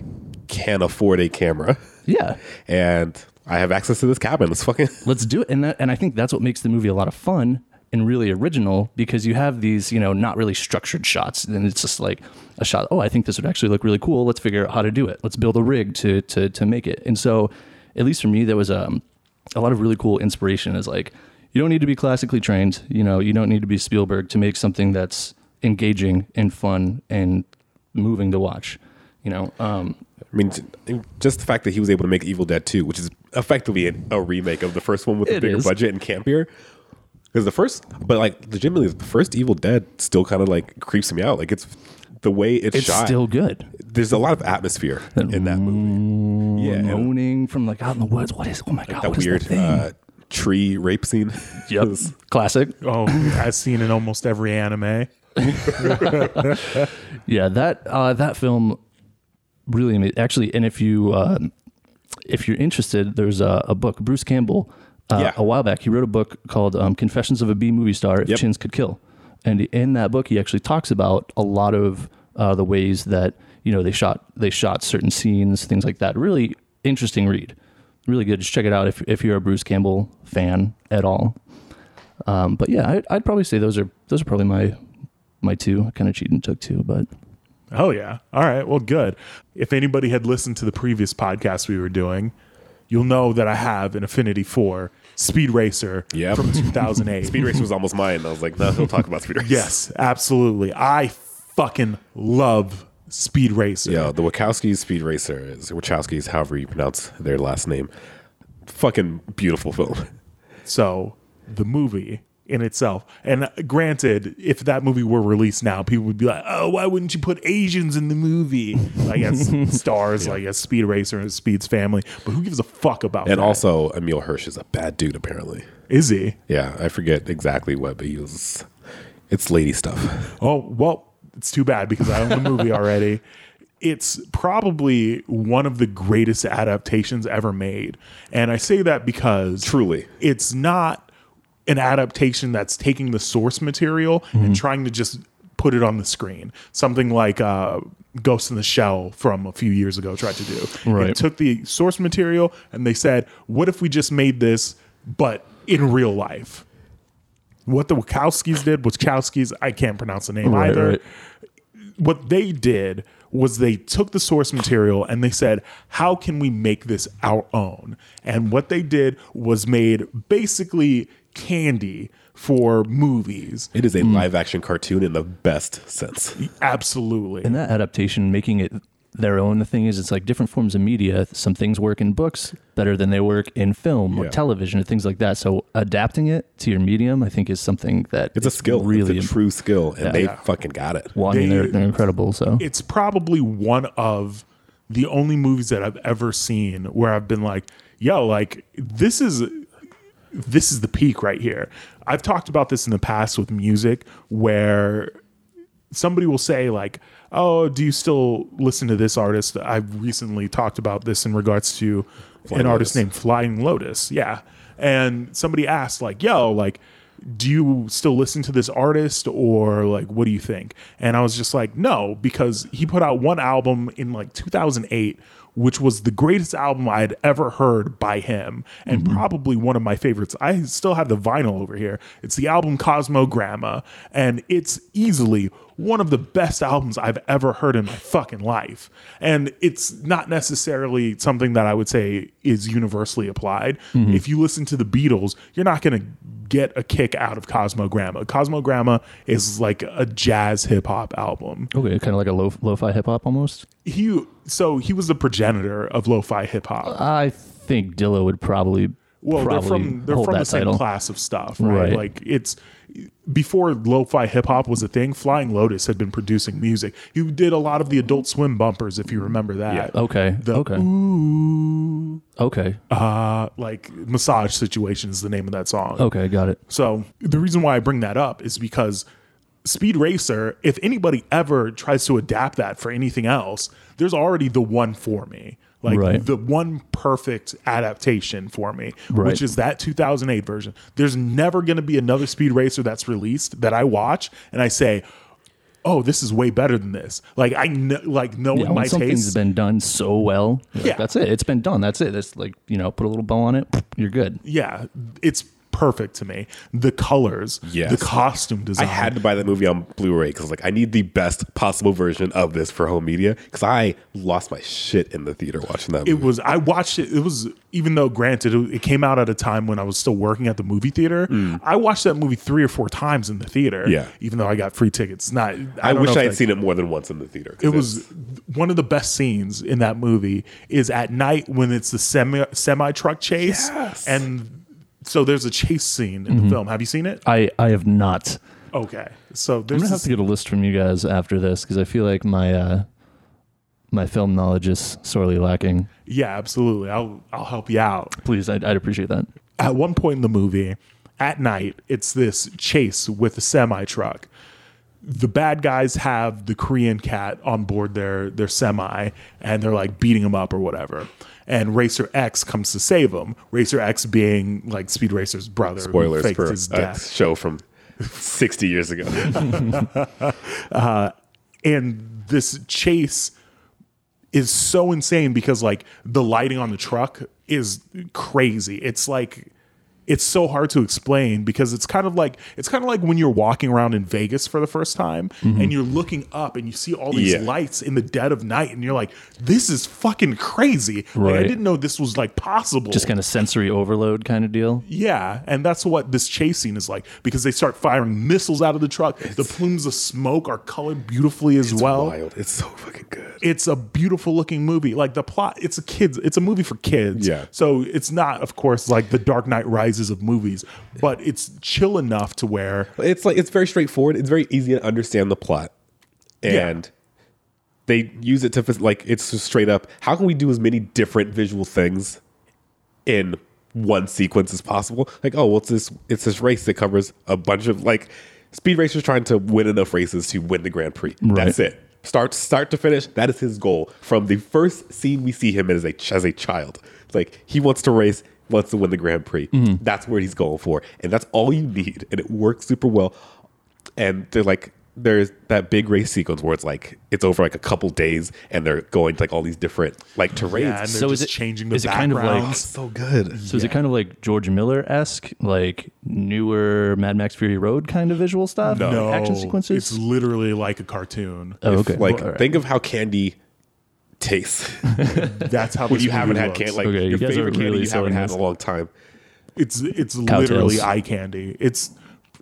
[SPEAKER 2] can afford a camera
[SPEAKER 3] yeah,
[SPEAKER 2] and I have access to this cabin. It's fucking
[SPEAKER 3] let's do it. And that, and I think that's what makes the movie a lot of fun and really original because you have these, you know, not really structured shots. And it's just like a shot. Oh, I think this would actually look really cool. Let's figure out how to do it. Let's build a rig to to to make it. And so, at least for me, there was um, a lot of really cool inspiration. Is like you don't need to be classically trained. You know, you don't need to be Spielberg to make something that's engaging and fun and moving to watch. You know, um,
[SPEAKER 2] I mean, j- just the fact that he was able to make Evil Dead 2, which is effectively an, a remake of the first one with a
[SPEAKER 3] It
[SPEAKER 2] bigger
[SPEAKER 3] is.
[SPEAKER 2] budget and campier. Because the first, but like legitimately, the first Evil Dead still kind of like creeps me out. Like it's the way it's,
[SPEAKER 3] it's
[SPEAKER 2] shot.
[SPEAKER 3] still good.
[SPEAKER 2] there's a lot of atmosphere in that movie. Yeah, and
[SPEAKER 3] Moaning from like out in the woods. What is? Oh my god!
[SPEAKER 2] that
[SPEAKER 3] what is
[SPEAKER 2] weird
[SPEAKER 3] thing?
[SPEAKER 2] uh, tree rape scene.
[SPEAKER 3] Yep. Classic.
[SPEAKER 1] Oh, as seen in almost every anime.
[SPEAKER 3] Yeah, that uh, that film really ama- actually. And if you uh, if you're interested, there's a, a book Bruce Campbell. Uh,
[SPEAKER 2] Yeah.
[SPEAKER 3] A while back, he wrote a book called um, "Confessions of a B Movie Star: If
[SPEAKER 2] Yep.
[SPEAKER 3] Chins Could Kill," and in that book, he actually talks about a lot of uh, the ways that you know they shot they shot certain scenes, things like that. Really interesting read, really good. Just check it out if if you're a Bruce Campbell fan at all. Um, but yeah, I'd, I'd probably say those are those are probably my my two. I kind of cheated and took two, but
[SPEAKER 1] Oh yeah. All right. Well, good. If anybody had listened to the previous podcast we were doing, you'll know that I have an affinity for Speed Racer
[SPEAKER 2] Yep.
[SPEAKER 1] from 2008.
[SPEAKER 2] Speed Racer was almost mine. I was like, no, he'll talk about Speed Racer.
[SPEAKER 1] yes, absolutely. I fucking love Speed Racer.
[SPEAKER 2] Yo, the Wachowskis Speed Racer is Wachowskis, however you pronounce their last name. Fucking beautiful film.
[SPEAKER 1] So the movie in itself, and uh, granted, if that movie were released now, people would be like, "Oh, why wouldn't you put Asians in the movie?" Like as stars, like as Speed Racer and Speed's family. But who gives a fuck about
[SPEAKER 2] And
[SPEAKER 1] that?
[SPEAKER 2] also Emil Hirsch is a bad dude apparently.
[SPEAKER 1] Is he?
[SPEAKER 2] Yeah, I forget exactly what, but he was it's lady stuff.
[SPEAKER 1] Oh, well, it's too bad because I own the movie already. It's probably one of the greatest adaptations ever made. And I say that because
[SPEAKER 2] Truly.
[SPEAKER 1] it's not an adaptation that's taking the source material and trying to just put it on the screen. Something like uh, Ghost in the Shell from a few years ago tried to do.
[SPEAKER 3] Right.
[SPEAKER 1] It took the source material and they said, what if we just made this, but in real life? What the Wachowskis did, Wachowskis, I can't pronounce the name
[SPEAKER 3] Right,
[SPEAKER 1] either.
[SPEAKER 3] right.
[SPEAKER 1] what they did was they took the source material and they said, how can we make this our own? And what they did was made basically candy for movies.
[SPEAKER 2] It is a live action cartoon in the best sense.
[SPEAKER 1] Absolutely.
[SPEAKER 3] And that adaptation, making it their own, the thing is, it's like different forms of media. Some things work in books better than they work in film or
[SPEAKER 2] Yeah.
[SPEAKER 3] television or things like that. So adapting it to your medium, I think, is something that
[SPEAKER 2] It's a skill.
[SPEAKER 3] Really,
[SPEAKER 2] it's a true skill, and they
[SPEAKER 1] Yeah.
[SPEAKER 2] fucking got it.
[SPEAKER 3] one, and they're,
[SPEAKER 1] they-
[SPEAKER 3] they're incredible. So
[SPEAKER 1] it's probably one of the only movies that I've ever seen where I've been like, yo, like this is this is the peak right here. I've talked about this in the past with music where somebody will say like, "Oh, do you still listen to this artist?" I've recently talked about this in regards to an artist
[SPEAKER 2] Lotus.
[SPEAKER 1] named Flying Lotus. Yeah. And somebody asked like, "Yo, like do you still listen to this artist or like what do you think?" And I was just like, "No, because he put out one album in like 2008 which was the greatest album I had ever heard by him and probably one of my favorites. I still have the vinyl over here. It's the album Cosmogramma, and it's easily one of the best albums I've ever heard in my fucking life. And it's not necessarily something that I would say is universally applied. If you listen to the Beatles, you're not going to get a kick out of Cosmogramma. Cosmogramma is like a jazz hip hop album
[SPEAKER 3] okay, kind of like a lo- lo-fi hip hop almost.
[SPEAKER 1] he so he was the progenitor of lo-fi hip hop.
[SPEAKER 3] I think Dilla would probably
[SPEAKER 1] Well, they're
[SPEAKER 3] probably
[SPEAKER 1] from they're
[SPEAKER 3] hold
[SPEAKER 1] from
[SPEAKER 3] that
[SPEAKER 1] the same
[SPEAKER 3] title.
[SPEAKER 1] class of stuff, right?
[SPEAKER 3] Right.
[SPEAKER 1] Like it's before lo-fi hip hop was a thing. Flying Lotus had been producing music. He did a lot of the Adult Swim bumpers, if you remember that.
[SPEAKER 3] Okay.
[SPEAKER 1] The
[SPEAKER 3] okay.
[SPEAKER 1] ooh,
[SPEAKER 3] Okay.
[SPEAKER 1] uh, like massage situation is the name of that song.
[SPEAKER 3] okay. Got it.
[SPEAKER 1] So the reason why I bring that up is because Speed Racer, if anybody ever tries to adapt that for anything else, there's already the one for me. Like
[SPEAKER 3] Right.
[SPEAKER 1] the one perfect adaptation for me,
[SPEAKER 3] Right.
[SPEAKER 1] which is that 2008 version. There's never going to be another Speed Racer that's released that I watch and I say, "Oh, this is way better than this." Like I know, like knowing
[SPEAKER 3] Yeah,
[SPEAKER 1] my
[SPEAKER 3] when something's
[SPEAKER 1] taste,
[SPEAKER 3] been done so well, you're like,
[SPEAKER 1] Yeah.
[SPEAKER 3] that's it. It's been done. That's it. That's like you know, put a little bow on it. You're good.
[SPEAKER 1] yeah, it's perfect to me. The colors,
[SPEAKER 2] Yes.
[SPEAKER 1] the costume design.
[SPEAKER 2] I had to buy that movie on Blu-ray because like I need the best possible version of this for home media because I lost my shit in the theater watching that.
[SPEAKER 1] it
[SPEAKER 2] movie.
[SPEAKER 1] was i watched it it was even though granted it, it came out at a time when i was still working at the movie theater i watched that movie three or four times in the theater
[SPEAKER 2] Mm. Yeah.
[SPEAKER 1] even though i got free tickets It's not
[SPEAKER 2] I,
[SPEAKER 1] don't know
[SPEAKER 2] wish
[SPEAKER 1] if
[SPEAKER 2] I had
[SPEAKER 1] that-
[SPEAKER 2] seen it more than once in the theater. 'cause
[SPEAKER 1] it
[SPEAKER 2] it's-
[SPEAKER 1] was one of the best scenes in that movie is at night when it's the semi semi truck chase
[SPEAKER 2] Yes. Mm-hmm.
[SPEAKER 1] and so there's a chase scene in the film have you seen it
[SPEAKER 3] I I have not.
[SPEAKER 1] okay so
[SPEAKER 3] I'm
[SPEAKER 1] there's
[SPEAKER 3] gonna have
[SPEAKER 1] this,
[SPEAKER 3] to get a list from you guys after this because I feel like my uh, my film knowledge is sorely lacking.
[SPEAKER 1] yeah absolutely i'll i'll help you out
[SPEAKER 3] Please, I'd, I'd appreciate that.
[SPEAKER 1] at one point in the movie, at night, it's this chase with a semi truck. The bad guys have the Korean cat on board their their semi, and they're like beating him up or whatever. And Racer X comes to save him. Racer X being like Speed Racer's brother, who
[SPEAKER 2] spoilers
[SPEAKER 1] faked
[SPEAKER 2] for
[SPEAKER 1] his
[SPEAKER 2] a
[SPEAKER 1] death.
[SPEAKER 2] show from sixty years ago.
[SPEAKER 1] and this chase is so insane because like the lighting on the truck is crazy. It's like it's so hard to explain because it's kind of like it's kind of like when you're walking around in Vegas for the first time and you're looking up and you see all these
[SPEAKER 2] Yeah.
[SPEAKER 1] lights in the dead of night and you're like this is fucking crazy. Like I
[SPEAKER 3] Right.
[SPEAKER 1] didn't know this was like possible.
[SPEAKER 3] Just kind of sensory overload kind of deal.
[SPEAKER 1] Yeah, and that's what this chase scene is like because they start firing missiles out of the truck. the plumes of smoke are colored beautifully as well
[SPEAKER 2] Wild. It's so fucking good.
[SPEAKER 1] it's a beautiful looking movie. Like the plot, it's a kids, it's a movie for kids.
[SPEAKER 2] Yeah.
[SPEAKER 1] So it's not, of course, like the Dark Knight Rises of movies, but it's chill enough to where
[SPEAKER 2] It's like it's very straightforward. It's very easy to understand the plot, and they use it to fac- like it's just straight up. How can we do as many different visual things in one sequence as possible? Like, oh, well, it's this it's this race that covers a bunch of like speed racers trying to win enough races to win the Grand Prix. That's it. Start start to finish. That is his goal. From the first scene we see him as a as a child, It's like he wants to race, wants to win the Grand Prix. That's where he's going for, and that's all you need, and it works super well. And they're like there's that big race sequence where it's like it's over like a couple days and they're going to like all these different like terrains.
[SPEAKER 1] Yeah, and they're
[SPEAKER 3] So
[SPEAKER 1] so
[SPEAKER 3] is
[SPEAKER 1] just
[SPEAKER 3] it-
[SPEAKER 1] changing the
[SPEAKER 3] is it kind of like-
[SPEAKER 2] Oh,
[SPEAKER 1] backgrounds.
[SPEAKER 2] it's so good.
[SPEAKER 3] So is it kind of like George Miller esque, like newer Mad Max Fury Road kind of visual stuff? Like
[SPEAKER 1] no
[SPEAKER 3] action sequences.
[SPEAKER 1] It's literally like a cartoon.
[SPEAKER 3] oh, okay.
[SPEAKER 2] Like
[SPEAKER 3] All right.
[SPEAKER 2] think of how candy tastes
[SPEAKER 1] That's how
[SPEAKER 2] when
[SPEAKER 1] this
[SPEAKER 2] you haven't
[SPEAKER 1] movie
[SPEAKER 2] had
[SPEAKER 1] looks.
[SPEAKER 2] candy like
[SPEAKER 3] Okay, you
[SPEAKER 2] your
[SPEAKER 3] guys are
[SPEAKER 2] favorite candy
[SPEAKER 3] really
[SPEAKER 2] you haven't
[SPEAKER 3] selling
[SPEAKER 2] had
[SPEAKER 3] this.
[SPEAKER 2] in a long time.
[SPEAKER 1] It's it's
[SPEAKER 3] Cowtails.
[SPEAKER 1] literally eye candy. It's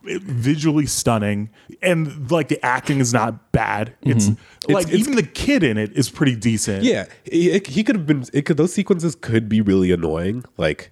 [SPEAKER 1] it- visually stunning, and like the acting is not bad. It's like
[SPEAKER 2] Mm-hmm. it's-
[SPEAKER 1] even the kid in it is pretty decent.
[SPEAKER 2] Yeah, he- he could have been. It could, those sequences could be really annoying, like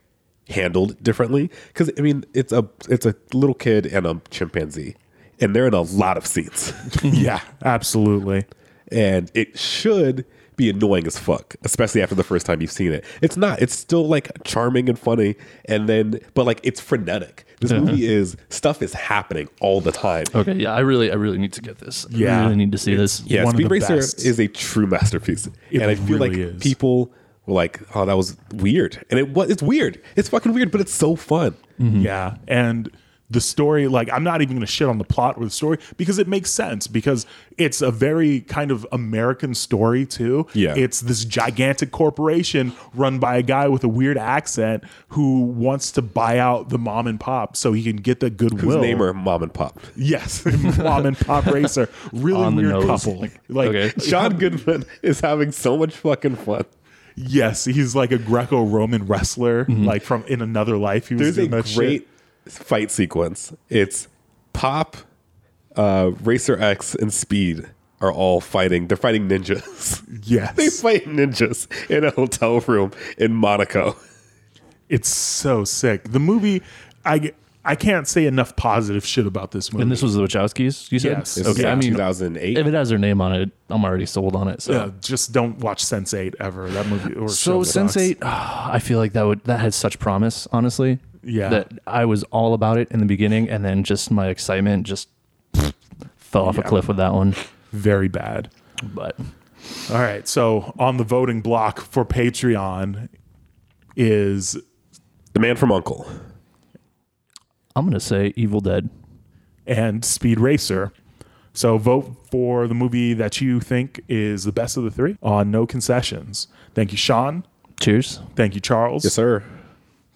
[SPEAKER 2] handled differently. Because I mean, it's a it's a little kid and a chimpanzee, and they're in a lot of scenes,
[SPEAKER 1] yeah, absolutely.
[SPEAKER 2] and it should be annoying as fuck, especially after the first time you've seen it. It's not. It's still like charming and funny, and then but like it's frenetic. This movie is stuff is happening all the time.
[SPEAKER 3] okay. Yeah, I really, I really need to get this. I
[SPEAKER 1] Yeah.
[SPEAKER 3] really need to see this.
[SPEAKER 2] Yeah,
[SPEAKER 1] one of
[SPEAKER 2] Speed
[SPEAKER 1] the
[SPEAKER 2] Racer
[SPEAKER 1] best.
[SPEAKER 2] is a true masterpiece,
[SPEAKER 1] It
[SPEAKER 2] and I feel like
[SPEAKER 1] really is.
[SPEAKER 2] people were like, "Oh, that was weird," and it was. It's weird. It's fucking weird, but it's so fun.
[SPEAKER 1] Yeah. And the story, like, I'm not even going to shit on the plot or the story because it makes sense because it's a very kind of American story, too.
[SPEAKER 2] Yeah.
[SPEAKER 1] It's this gigantic corporation run by a guy with a weird accent who wants to buy out the mom and pop so he can get the
[SPEAKER 2] Whose
[SPEAKER 1] goodwill.
[SPEAKER 2] name are Mom and Pop?
[SPEAKER 1] Yes. mom and pop racer. Really
[SPEAKER 3] On the
[SPEAKER 1] weird
[SPEAKER 3] nose.
[SPEAKER 1] couple.
[SPEAKER 3] Like,
[SPEAKER 1] Like,
[SPEAKER 3] okay.
[SPEAKER 2] John Goodman is having so much fucking fun.
[SPEAKER 1] yes, he's like a Greco Roman wrestler, like from in another life. He was
[SPEAKER 2] There's a
[SPEAKER 1] doing that shit.
[SPEAKER 2] great fight sequence. It's Pop, uh, Racer X, and Speed are all fighting. They're fighting ninjas.
[SPEAKER 1] Yes.
[SPEAKER 2] they fight ninjas in a hotel room in Monaco.
[SPEAKER 1] It's so sick. The movie, I I can't say enough positive shit about this movie.
[SPEAKER 3] And this was the Wachowskis. You said
[SPEAKER 1] Yes. This is
[SPEAKER 3] Okay.
[SPEAKER 1] like
[SPEAKER 3] I mean,
[SPEAKER 2] 2008.
[SPEAKER 3] if it has their name on it, I'm already sold on it. So.
[SPEAKER 1] Uh, just don't watch Sense Eight ever. That movie. Or
[SPEAKER 3] So
[SPEAKER 1] show sucks.
[SPEAKER 3] Sense Eight, ah, I feel like that would that had such promise, honestly.
[SPEAKER 1] Yeah.
[SPEAKER 3] That I was all about it in the beginning, and then just my excitement just fell off a cliff with that one.
[SPEAKER 1] very bad.
[SPEAKER 3] But
[SPEAKER 1] All right. So on the voting block for Patreon is
[SPEAKER 2] the Man from Uncle.
[SPEAKER 3] I'm gonna say Evil Dead.
[SPEAKER 1] and Speed Racer. So vote for the movie that you think is the best of the three on No Concessions. Thank you, Sean.
[SPEAKER 3] Cheers.
[SPEAKER 1] Thank you, Charles.
[SPEAKER 2] sir.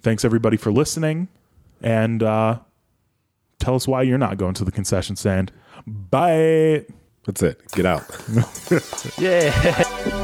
[SPEAKER 1] Thanks everybody for listening, and uh, tell us why you're not going to the concession stand. Bye.
[SPEAKER 2] That's it. Get out.
[SPEAKER 3] Yeah.